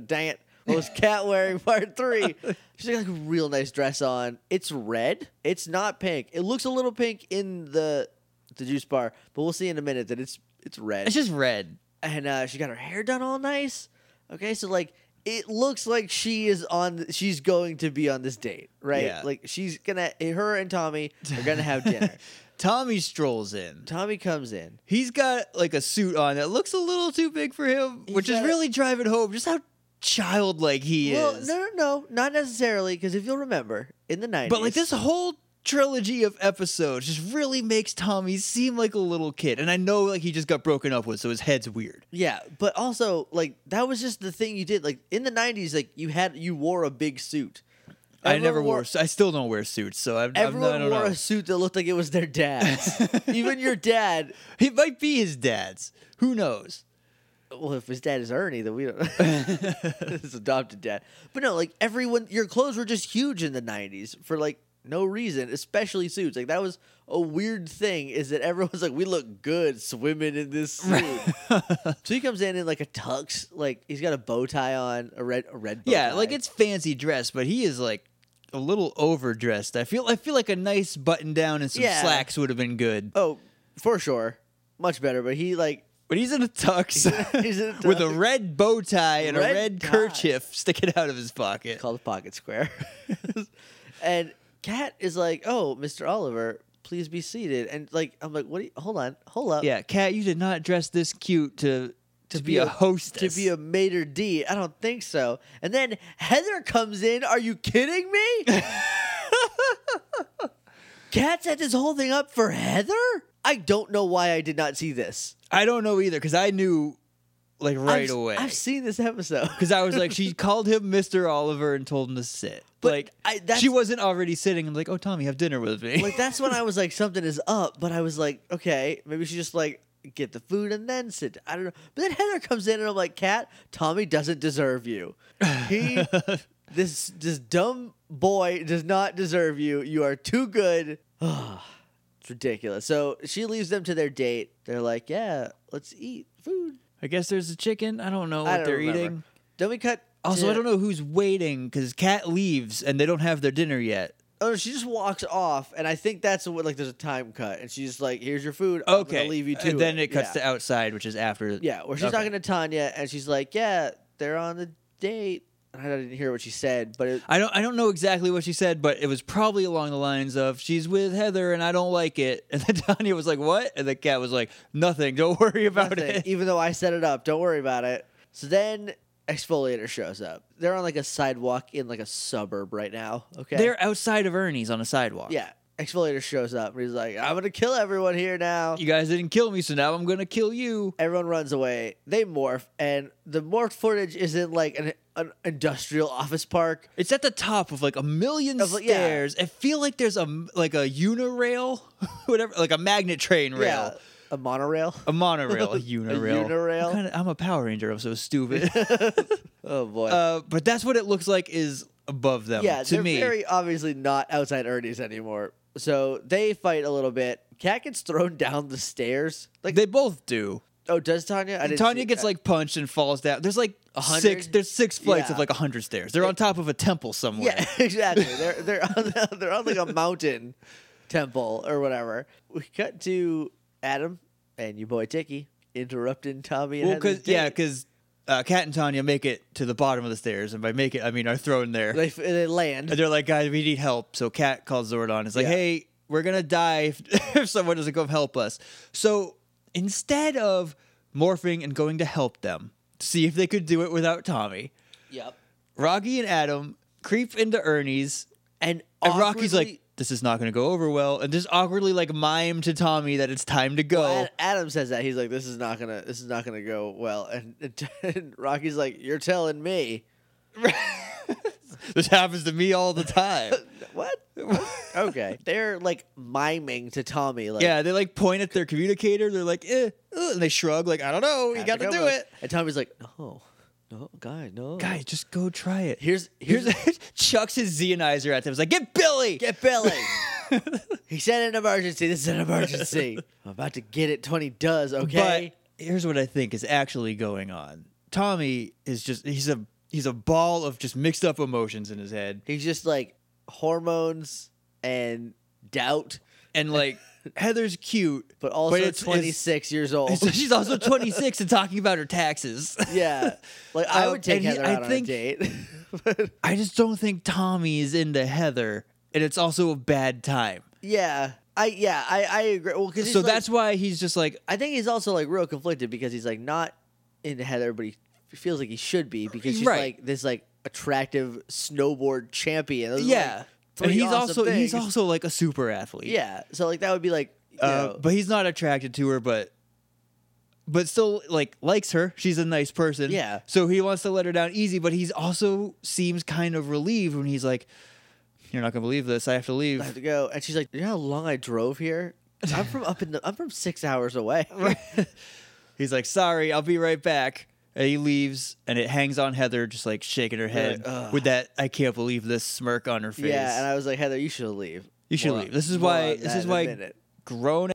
B: Dang it! What was Cat wearing? Part three. She's got like a real nice dress on. It's red. It's not pink. It looks a little pink in the the juice bar, but we'll see in a minute that it's it's red.
C: it's just red.
B: and uh, she got her hair done all nice. Okay, so like it looks like she is on. She's going to be on this date, right?
C: Yeah.
B: Like she's gonna. Her and Tommy are gonna have dinner.
C: Tommy strolls in.
B: Tommy comes in.
C: He's got like a suit on that looks a little too big for him,
B: He's
C: which is
B: got a-
C: really driving home just how childlike he
B: well,
C: is.
B: no, no, no, not necessarily, because if you'll remember, in the nineties,
C: But like this whole trilogy of episodes just really makes Tommy seem like a little kid. And I know like he just got broken up with, so his head's weird.
B: yeah. But also, like that was just the thing you did. Like in the nineties, like you had you wore a big suit.
C: I never
B: Everyone
C: wore. um, su- I still don't wear suits, so I'm, I'm not, I
B: Everyone
C: don't
B: wore
C: know.
B: a suit that looked like it was their dad's. Even your dad.
C: It might be his dad's. Who knows?
B: Well, if his dad is Ernie, then we don't. his adopted dad. But no, like everyone, your clothes were just huge in the '90s for like no reason, especially suits. Like that was a weird thing. Is that everyone's like, we look good swimming in this suit. so he comes in in like a tux, like he's got a bow tie on, a red, a red. Bow
C: Yeah,
B: tie.
C: like it's fancy dress, but he is like a little overdressed. I feel. I feel like a nice button down and some
B: Yeah.
C: slacks would have been good.
B: oh, for sure, much better. But he like
C: But he's in a tux,
B: He's in a
C: with a
B: tux.
C: red bow tie and
B: Red
C: a red
B: tie.
C: kerchief sticking out of his pocket.
B: called a pocket square. and Kat is like, "Oh, Mr. Oliver, please be seated." And like, I'm like, "What? Do you, hold on, hold up."
C: Yeah, Kat, you did not dress this cute to to, be, a,
B: to
C: hostess.
B: be a maitre d. I don't think so. And then Heather comes in. Are you kidding me? Kat set this whole thing up for Heather. I don't know why I did not see this
C: I don't know either because I knew like right
B: I've-
C: away
B: I've seen this episode.
C: because I was like, she called him Mister Oliver and told him to sit.
B: But
C: like
B: I- that's-
C: she wasn't already sitting. I'm like, oh Tommy, have dinner with me.
B: like that's when I was like something is up, but I was like, okay, maybe she just like get the food and then sit. down. I don't know. But then Heather comes in and I'm like, Cat, Tommy doesn't deserve you. He this this dumb boy does not deserve you. You are too good. it's ridiculous. So she leaves them to their date. They're like, yeah, let's eat food.
C: I guess there's a chicken. I don't know what
B: I don't
C: they're
B: remember.
C: eating.
B: Then we cut.
C: Also,
B: to-
C: I don't know who's waiting because Kat leaves and they don't have their dinner yet.
B: Oh, no, she just walks off, and I think that's what like there's a time cut, and she's like, "Here's your food. I'm gonna
C: Okay,
B: leave you to
C: and then it
B: Yeah.
C: cuts to outside, which is after.
B: Yeah, where she's
C: Okay.
B: talking to Tanya, and she's like, "Yeah, they're on the date." And I didn't hear what she said, but it,
C: I don't I don't know exactly what she said, but it was probably along the lines of she's with Heather and I don't like it. And then Tanya was like, "What?" And the cat was like, "Nothing. Don't worry about
B: nothing,
C: it."
B: even though I set it up, don't worry about it. So then exfoliator shows up. They're on like a sidewalk in like a suburb right now. Okay,
C: They're outside of Ernie's on a sidewalk.
B: yeah. Exfoliator shows up, and he's like, "I'm gonna kill everyone here now."
C: You guys didn't kill me, so now I'm gonna kill you.
B: Everyone runs away. They morph, and the morph footage is in like an, an industrial office park.
C: It's at the top of like a million
B: Of, like, yeah.
C: stairs. I feel like there's a like a unirail, whatever, like a magnet train rail,
B: Yeah, a monorail.
C: a monorail, a unirail.
B: unirail.
C: I'm, kinda- I'm a Power Ranger. I'm so stupid.
B: Oh boy.
C: uh, but that's what it looks like is above them.
B: Yeah,
C: Um, to
B: they're
C: me.
B: very obviously not outside Ernie's anymore. So they fight a little bit. Cat gets thrown down the stairs. Like,
C: they both do.
B: oh, does Tanya? I didn't
C: Tanya
B: see
C: gets
B: that.
C: like punched and falls down. There's like
B: A hundred?
C: six. There's six flights
B: Yeah.
C: of like a hundred stairs. They're on top of a temple somewhere.
B: yeah, exactly. They're they're on they're on like a mountain temple or whatever. We cut to Adam and your boy Tiki interrupting Tommy. And
C: Well,
B: Heather's
C: cause yeah,
B: date.
C: because uh, Kat and Tanya make it to the bottom of the stairs, and by make it, I mean are thrown there.
B: they f- they
C: and
B: land.
C: they're like, guys, we need help. So Kat calls Zordon. It's like,
B: Yeah.
C: hey, we're gonna die if, if someone doesn't come help us. So instead of morphing and going to help them, see if they could do it without Tommy,
B: Yep.
C: Rocky and Adam creep into Ernie's
B: And,
C: And Rocky's
B: awkwardly-
C: like, this is not going to go over well. And just awkwardly, like, mime to Tommy that it's time to go.
B: Ad- Adam says that he's like, this is not gonna this is not gonna go well. And, and, and Rocky's like, you're telling me
C: this happens to me all the time.
B: what? okay. They're like miming to Tommy, like
C: yeah, they, like, point at their communicator. They're like, eh, uh, and they shrug, like, I don't know. You
B: "Have
C: got to
B: come
C: do
B: with
C: it.
B: us." And Tommy's like, no, no, guy, no,
C: Guys, just go try it.
B: Here's here's
C: Here's chucks his Xenizer at them. He's like, get Billy.
B: get Billy. he said an emergency. This is an emergency. I'm about to get it. Twenty does okay.
C: But here's what I think is actually going on. Tommy is just, he's a, he's a ball of just mixed up emotions in his head.
B: He's just like hormones and doubt,
C: And, like, Heather's cute.
B: but also
C: it's- it's-
B: 26 years old.
C: So she's also 26 and talking about her taxes.
B: yeah, like I
C: Um,
B: would take
C: and he-
B: Heather
C: I
B: out
C: think-
B: on a date. But,
C: I just don't think Tommy is into Heather, and it's also a bad time.
B: yeah, I yeah I I agree. Well, because
C: So that's why he's just like,
B: I think he's also like real conflicted because he's like not into Heather, but he feels like he should be because she's
C: Right.
B: like this like attractive snowboard champion. Those are, like,
C: yeah,
B: three
C: and he's
B: awesome
C: also
B: things.
C: he's also like a super athlete.
B: yeah. So like that would be like you
C: uh,
B: know,
C: but he's not attracted to her, but but still like likes her. She's a nice person.
B: Yeah.
C: So he wants to let her down easy, but he's also seems kind of relieved when he's like, "You're not gonna believe this. I have to leave."
B: I have to go. And she's like, "You know how long I drove here? I'm from up in the. I'm from six hours away.
C: he's like, "Sorry, I'll be right back." And he leaves, and it hangs on Heather, just like shaking her head
B: like, "Ugh."
C: with that "I can't believe this" smirk on her face.
B: yeah." And I was like, Heather, you should leave.
C: you should
B: More-
C: leave. This is
B: more
C: why.
B: on
C: This
B: that
C: is
B: in a
C: why
B: minute.
C: grown ass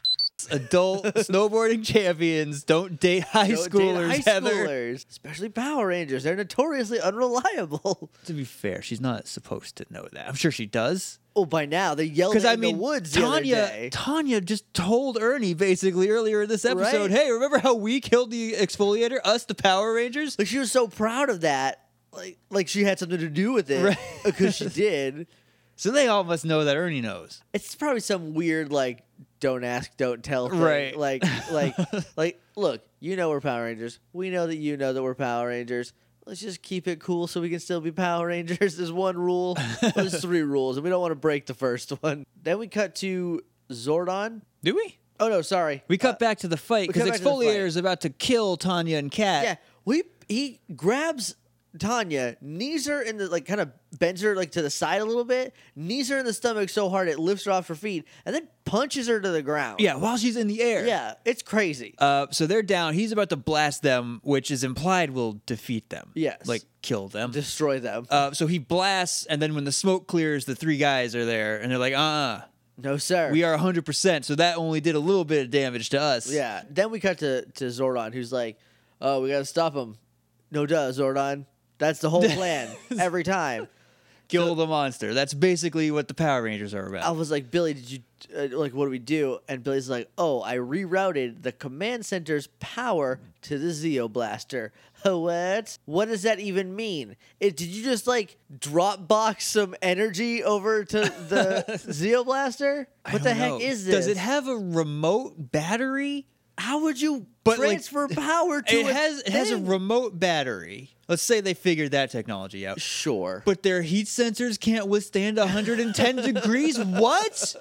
C: adult snowboarding champions don't date high
B: Don't date
C: schoolers.
B: high
C: Heather.
B: schoolers, especially Power Rangers, they're notoriously unreliable.
C: To be fair, she's not supposed to know that. I'm sure she does.
B: Oh, by now they yelled at
C: Because
B: her
C: I
B: in
C: mean,
B: the woods the other
C: Tanya,
B: day.
C: Tanya just told Ernie basically earlier in this episode,
B: Right?
C: "Hey, remember how we killed the exfoliator? Us, the Power Rangers."
B: Like she was so proud of that, like like she had something to do with it
C: Right.
B: because she did.
C: So they all must know that Ernie knows.
B: It's probably some weird like don't ask, don't tell thing.
C: Right.
B: Like like like look, you know we're Power Rangers. We know that you know that we're Power Rangers. Let's just keep it cool so we can still be Power Rangers. There's one rule. Well, There's three rules, and we don't want to break the first one. Then we cut to Zordon.
C: Do we?
B: Oh no, sorry.
C: We cut back to the fight
B: we
C: because
B: cut back to the
C: exfoliator
B: fight.
C: is about to kill Tanya and Kat.
B: Yeah, we he grabs Tanya, knees her in the like, kind of bends her like to the side a little bit, knees her in the stomach so hard it lifts her off her feet, and then punches her to the ground.
C: Yeah, while she's in the air.
B: yeah, it's crazy.
C: Uh, so they're down. He's about to blast them, which is implied will defeat them.
B: Yes.
C: Like kill them.
B: Destroy them.
C: Uh, so he blasts, and then when the smoke clears, the three guys are there, and they're like, uh uh
B: no sir.
C: we are 100%. So that only did a little bit of damage to us.
B: Yeah. Then we cut to to Zordon, who's like, "Oh, we gotta stop him." No, duh, Zordon. That's the whole plan every time.
C: Kill the monster. That's basically what the Power Rangers are about.
B: I was like, Billy, did you uh, like what do we do? And Billy's like, Oh, I rerouted the command center's power to the Zeo Blaster. What? What does that even mean? It, did you just like Dropbox some energy over to the Zeo Blaster?
C: I
B: What the
C: don't
B: heck
C: know.
B: is this?
C: Does it have a remote battery?
B: How would you
C: But, like,
B: transfer power to
C: it
B: a
C: has it has a
B: thing?
C: remote battery. Let's say they figured that technology out.
B: Sure.
C: But their heat sensors can't withstand 110 degrees. What?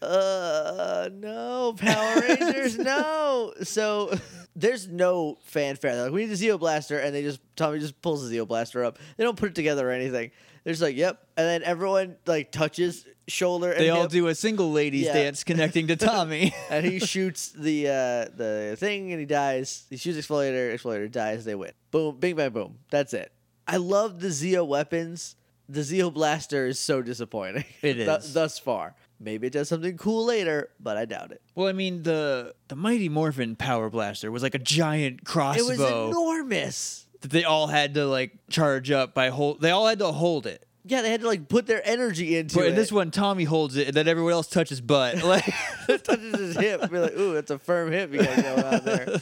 B: uh no power rangers no so there's no fanfare They're like we need a zeo blaster and they just tommy just pulls the zeo blaster up they don't put it together or anything they're just like yep and then everyone like touches shoulder and
C: They all
B: hip,
C: do a single ladies
B: Yeah.
C: dance connecting to Tommy.
B: and he shoots the uh the thing and he dies he shoots exfoliator exfoliator dies they win boom bing bang boom that's it i love the zeo weapons the zeo blaster is so disappointing
C: It
B: Th-
C: is.
B: thus far maybe it does something cool later but i doubt it
C: Well, I mean the the Mighty Morphin Power Blaster was like a giant
B: It was
C: crossbow
B: enormous.
C: that they all had to like charge up by hold. They all had to hold it.
B: Yeah, they had to like put their energy into
C: But
B: it.
C: in this one, Tommy holds it, and then everyone else touches butt. Like,
B: touches his hip. Be like, ooh, that's a firm hip you got going on there.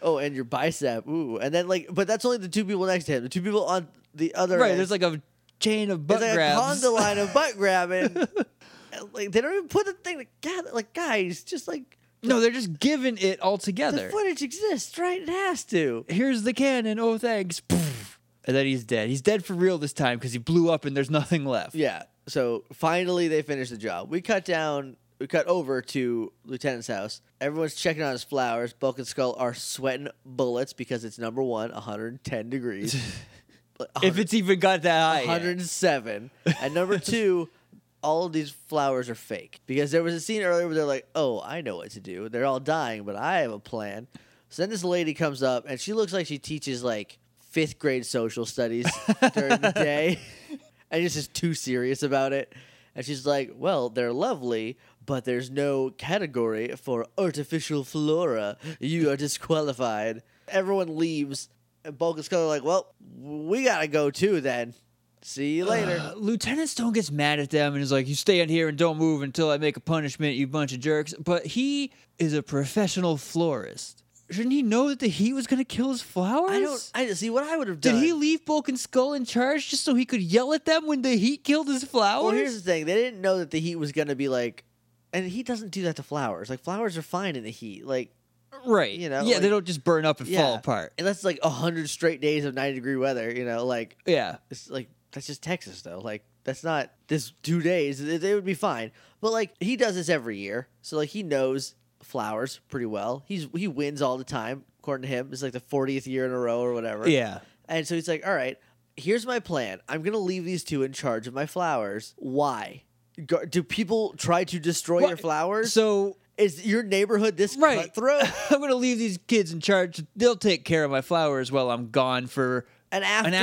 B: Oh, and your bicep. Ooh, and then like, but that's only the two people next to him. The two people on the other
C: right?
B: end-
C: There's like a chain of butt
B: it's like
C: grabs.
B: a conga line of butt grabbing. And, like they don't even put the thing. Like, God, like guys, just like
C: no, they're just giving it all
B: the
C: together.
B: footage exists, right? It has to.
C: Here's the cannon. Oh, thanks. Poof. And then he's dead. He's dead for real this time because he blew up and there's nothing left.
B: Yeah. So finally, they finish the job. We cut down. We cut over to Lieutenant's house. Everyone's checking on his flowers. Bulk and Skull are sweating bullets because it's number one, 110 degrees.
C: If it's even got that high. yet.
B: 107. And number two, all of these flowers are fake because there was a scene earlier where they're like, "Oh, I know what to do. They're all dying, but I have a plan." So then this lady comes up and she looks like she teaches like fifth grade social studies during the day, and just is too serious about it. And she's like, "Well, they're lovely." But there's no category for artificial flora. You are disqualified. Everyone leaves, and Bulk and Skull are like, "Well, we gotta go too. Then, see you later."
C: Uh, Lieutenant Stone gets mad at them and is like, "You stand here and don't move until I make a punishment, you bunch of jerks." But he is a professional florist. Shouldn't he know that the heat was going to kill his flowers?
B: I don't. I see what I would have
C: Did
B: done.
C: he leave Bulk and Skull in charge just so he could yell at them when the heat killed his flowers?
B: Well, here's the thing. They didn't know that the heat was gonna be like, and he doesn't do that to flowers. Like flowers are fine in the heat. Like
C: Right.
B: You know,
C: yeah,
B: like-
C: they don't just burn up and fall
B: Yeah.
C: apart.
B: And that's like a hundred straight days of ninety degree weather. You know, like
C: Yeah.
B: it's like that's just Texas though. Like that's not this two days. It, it would be fine. But like he does this every year, so like he knows flowers pretty well. He's he wins all the time. According to him, it's like the fortieth year in a row or whatever.
C: Yeah.
B: And so he's like, all right, here's my plan. I'm going to leave these two in charge of my flowers. Why? Go- Do people try to destroy your
C: What?
B: flowers?
C: So
B: Is your neighborhood this
C: Right.
B: cutthroat?
C: I'm gonna leave these kids in charge. They'll take care of my flowers while I'm gone for
B: An
C: an
B: afternoon?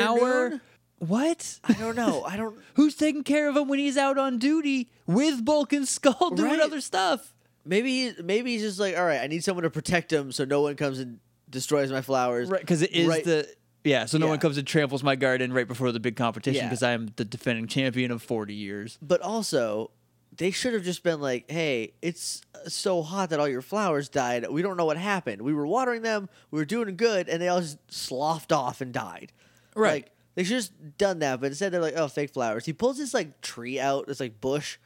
C: hour. What?
B: I don't know. I don't.
C: Who's taking care of him when he's out on duty with Bulk and Skull doing
B: Right.
C: other stuff?
B: Maybe he- maybe he's just like, all right, I need someone to protect him so no one comes and destroys my flowers.
C: Right, because it is
B: Right.
C: the yeah. So no one
B: Yeah.
C: comes and tramples my garden right before the big competition
B: Yeah.
C: because I am the defending champion of 40 years.
B: But also, they should have just been like, hey, it's uh, so hot that all your flowers died. We don't know what happened. We were watering them, we were doing good, and they all just sloughed off and died.
C: Right.
B: Like, they should have just done that, but instead they're like, oh, fake flowers. He pulls this, like, tree out, this, like, bush.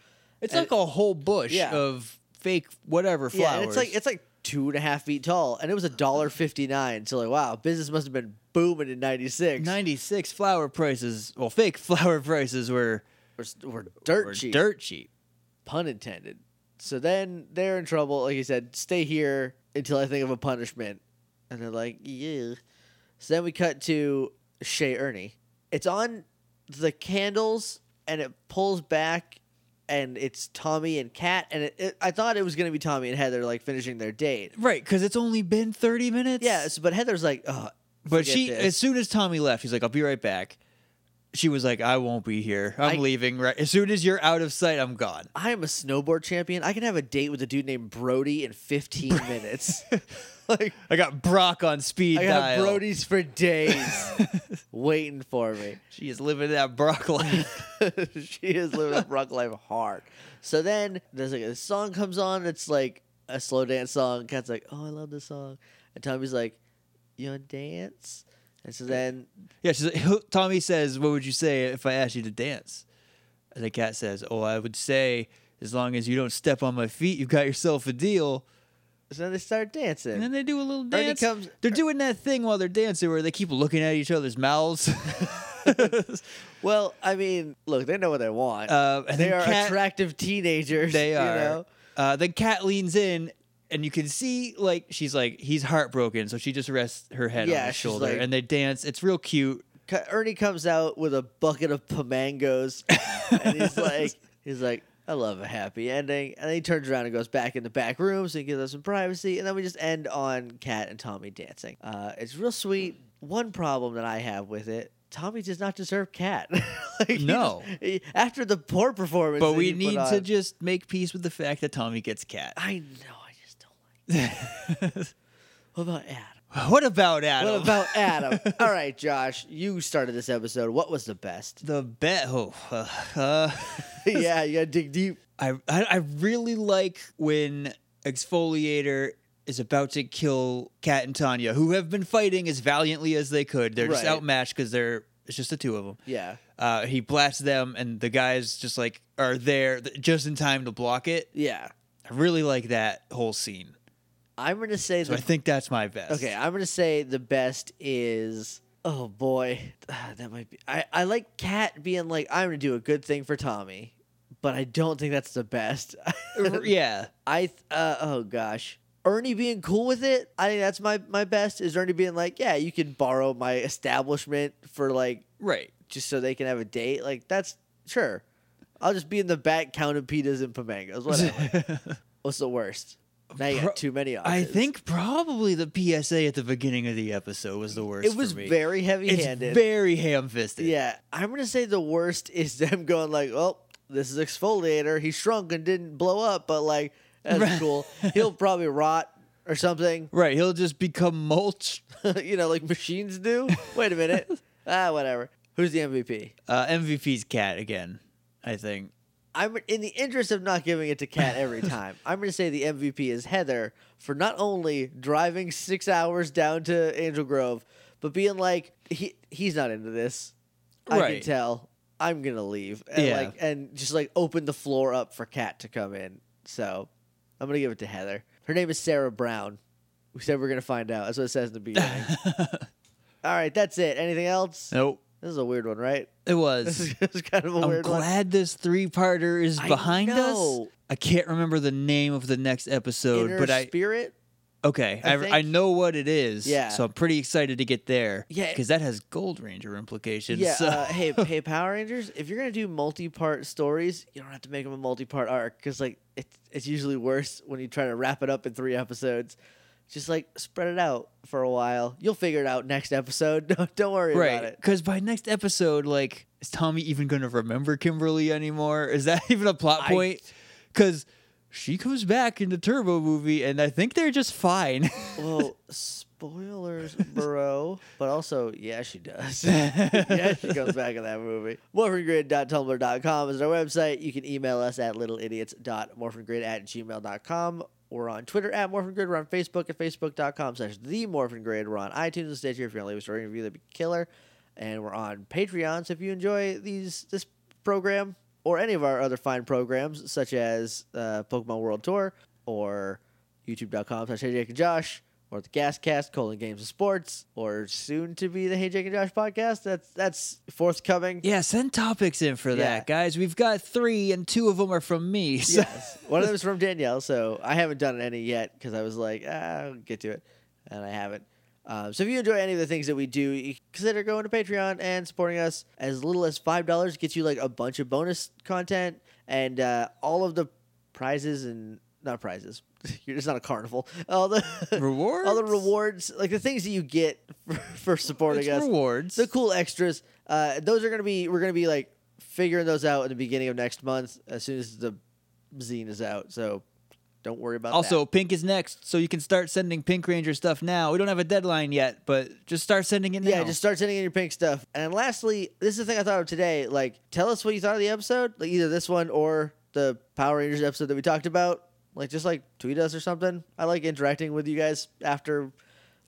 C: It's
B: And-
C: like a whole bush
B: Yeah.
C: of fake whatever flowers.
B: Yeah, and it's like, it's like two and a half feet tall, and it was a dollar fifty nine. So, like, wow, business must have been booming in 96.
C: 96 flower prices. Well, fake flower prices were,
B: We're, we're dirt
C: were
B: cheap.
C: dirt cheap.
B: pun intended. So then they're in trouble. Like you said, stay here until I think of a punishment. And they're like, yeah. So then we cut to Shay Ernie. It's on the candles and it pulls back and it's Tommy and Kat. And it, it, I thought it was going to be Tommy and Heather like finishing their date.
C: Right, because it's only been 30 minutes.
B: Yes, but Heather's like, oh,
C: But
B: forget
C: she,
B: this.
C: as soon as Tommy left, he's like, I'll be right back. She was like, I won't be here. I'm
B: I-
C: leaving. Right. As soon as you're out of sight, I'm gone.
B: I am a snowboard champion. I can have a date with a dude named Brody in 15 minutes. like,
C: I got Brock on speed
B: I got
C: dial.
B: Brody's for days waiting for me.
C: She is living that Brock life.
B: she is living up rock life hard. So then there's like a song comes on. It's like a slow dance song. Kat's like, oh, I love this song. And Tommy's like, you want to dance? And so then,
C: yeah, she's like, Tommy says, What would you say if I asked you to dance? And the cat says, Oh, I would say, as long as you don't step on my feet, you've got yourself a deal.
B: so then they start dancing.
C: And then they do a little
B: Ernie
C: dance.
B: comes-
C: They're doing that thing while they're dancing where they keep looking at each other's mouths.
B: well, I mean, look, they know what they want.
C: Uh, and
B: they
C: then
B: are
C: Kat-
B: attractive teenagers.
C: They
B: you
C: are.
B: know?
C: uh, then Kat leans in, and you can see like she's like he's heartbroken, so she just rests her head on
B: Yeah,
C: his
B: she's
C: shoulder,
B: like-
C: and they dance. It's real cute.
B: Ca- Ernie comes out with a bucket of pomangos, and he's like, he's like, I love a happy ending. And then he turns around and goes back in the back room so he gives us some privacy. And then we just end on Kat and Tommy dancing. Uh, it's real sweet. One problem that I have with it. Tommy does not deserve Kat. Like, he
C: No.
B: just- he- after the poor performance,
C: But
B: that he
C: we
B: put
C: need to
B: on-
C: just make peace with the fact that Tommy gets Kat.
B: I know. I just don't like.
C: what
B: It. What about Adam?
C: about Adam?
B: What about Adam? All right, Josh, you started this episode. What was the best?
C: the bet? Oh, uh, uh,
B: yeah, you gotta dig deep.
C: I, I I really like when exfoliator is about to kill Kat and Tanya, who have been fighting as valiantly as they could. They're just
B: Right.
C: outmatched because they're it's just the two of them.
B: Yeah.
C: Uh, he blasts them, and the guys just like are there th- just in time to block it.
B: Yeah.
C: I really like that whole scene.
B: I'm gonna say
C: So I
B: the
C: think that's my best.
B: okay. I'm gonna say the best is oh boy, Ah, that might be. I I like Kat being like I'm gonna do a good thing for Tommy, but I don't think that's the best.
C: R- yeah.
B: I th- uh, oh gosh. Ernie being cool with it, I think that's my my best. Is Ernie being like, yeah, you can borrow my establishment for like
C: Right.
B: just so they can have a date. Like that's sure. I'll just be in the back counting pitas and pomangos. Whatever. What's the worst? Now you
C: Pro-
B: got too many options.
C: I think probably the PSA at the beginning of the episode was the worst.
B: it was
C: for me.
B: very
C: it's
B: heavy-handed.
C: very ham-fisted.
B: Yeah, I'm gonna say the worst is them going like, "Oh, this is exfoliator. He shrunk and didn't blow up, but like that's
C: Right.
B: cool. He'll probably rot or something.
C: Right. He'll just become mulch.
B: you know, like machines do. Wait a minute. ah, whatever. Who's the MVP?
C: Uh, MVP's cat again. I think.
B: I'm in the interest of not giving it to Kat every time. I'm gonna say the MVP is Heather for not only driving six hours down to Angel Grove, but being like he he's not into this. I can
C: Right.
B: tell. I'm gonna leave. And
C: Yeah.
B: like and just like open the floor up for Kat to come in. So I'm gonna give it to Heather. Her name is Sarah Brown. We said we are gonna find out. That's what it says in the beginning. All right, that's it. Anything else?
C: Nope.
B: This is a weird one, right?
C: It
B: This
C: was.
B: is, this is kind of a
C: I'm
B: weird one.
C: glad this three parter is
B: I
C: behind us.
B: know.
C: I can't remember the name of the next episode,
B: Inner
C: but I
B: spirit.
C: okay.
B: I
C: I, I,
B: think-
C: know what it is.
B: Yeah.
C: So I'm pretty excited to get there.
B: Yeah.
C: Because that has Gold Ranger implications.
B: Yeah.
C: so-
B: Uh, hey, hey, Power Rangers! If you're gonna do multi-part stories, you don't have to make them a multi-part arc because like it's it's usually worse when you try to wrap it up in three episodes. Just like spread it out for a while. You'll figure it out next episode. Don't, don't worry about
C: right.
B: it.
C: Because by next episode, like, is Tommy even going to remember Kimberly anymore? Is that even a plot
B: I-
C: point? Because she comes back in the Turbo movie, and I think they're just fine.
B: Well, spoilers, bro. But also, yeah, she does. yeah, she comes back in that movie. MorphinGrid.tumblr.com is our website. You can email us at littleidiots.morphingrid at gmail.com. We're on Twitter at MorphinGrid. We're on Facebook at facebook.com slash the Grid. We're on iTunes and Stitcher. If you're going to leave us a rating review, that'd be killer. And we're on Patreon. So if you enjoy these this program or any of our other fine programs, such as uh, Pokemon World Tour or youtube.com slash hey jake and josh or the gascast colon games and sports or soon to be the hey jake and josh podcast that's that's forthcoming
C: yeah, send topics in for
B: Yeah.
C: that, guys. We've got three, and two of them are from me. So.
B: yes one of them is from danielle so i haven't done any yet because i was like ah, i'll get to it and i haven't um, so if you enjoy any of the things that we do you can consider going to patreon and supporting us as little as five dollars gets you like a bunch of bonus content and uh, all of the prizes and not prizes you're just not a carnival all the
C: Rewards?
B: all the rewards like the things that you get for, for supporting
C: It's
B: us
C: rewards.
B: the cool extras uh, those are gonna be we're gonna be like figuring those out at the beginning of next month as soon as the zine is out so don't worry about
C: also,
B: that.
C: Pink is next, so you can start sending Pink Ranger stuff now. We don't have a deadline yet, but just start sending it now.
B: yeah just start sending in your pink stuff and lastly this is the thing i thought of today like tell us what you thought of the episode like either this one or the power rangers episode that we talked about like just like tweet us or something i like interacting with you guys after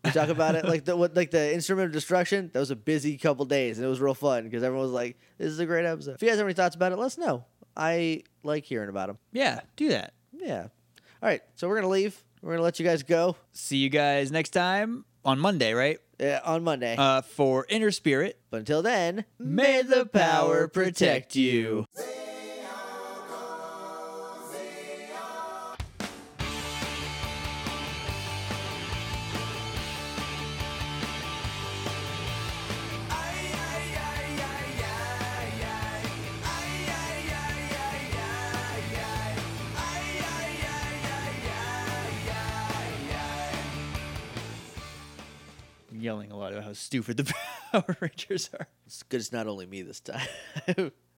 B: we talk about it like the what like the instrument of destruction that was a busy couple days and it was real fun because everyone was like this is a great episode if you guys have any thoughts about it let us know i like hearing about them
C: yeah, do that.
B: yeah all right so we're gonna leave we're gonna let you guys go
C: See you guys next time on Monday, right?
B: uh, on monday
C: Uh, for Inner Spirit.
B: but until then
C: May the power protect you. Yelling a lot about how stupid the Power Rangers are.
B: It's good it's not only me this time.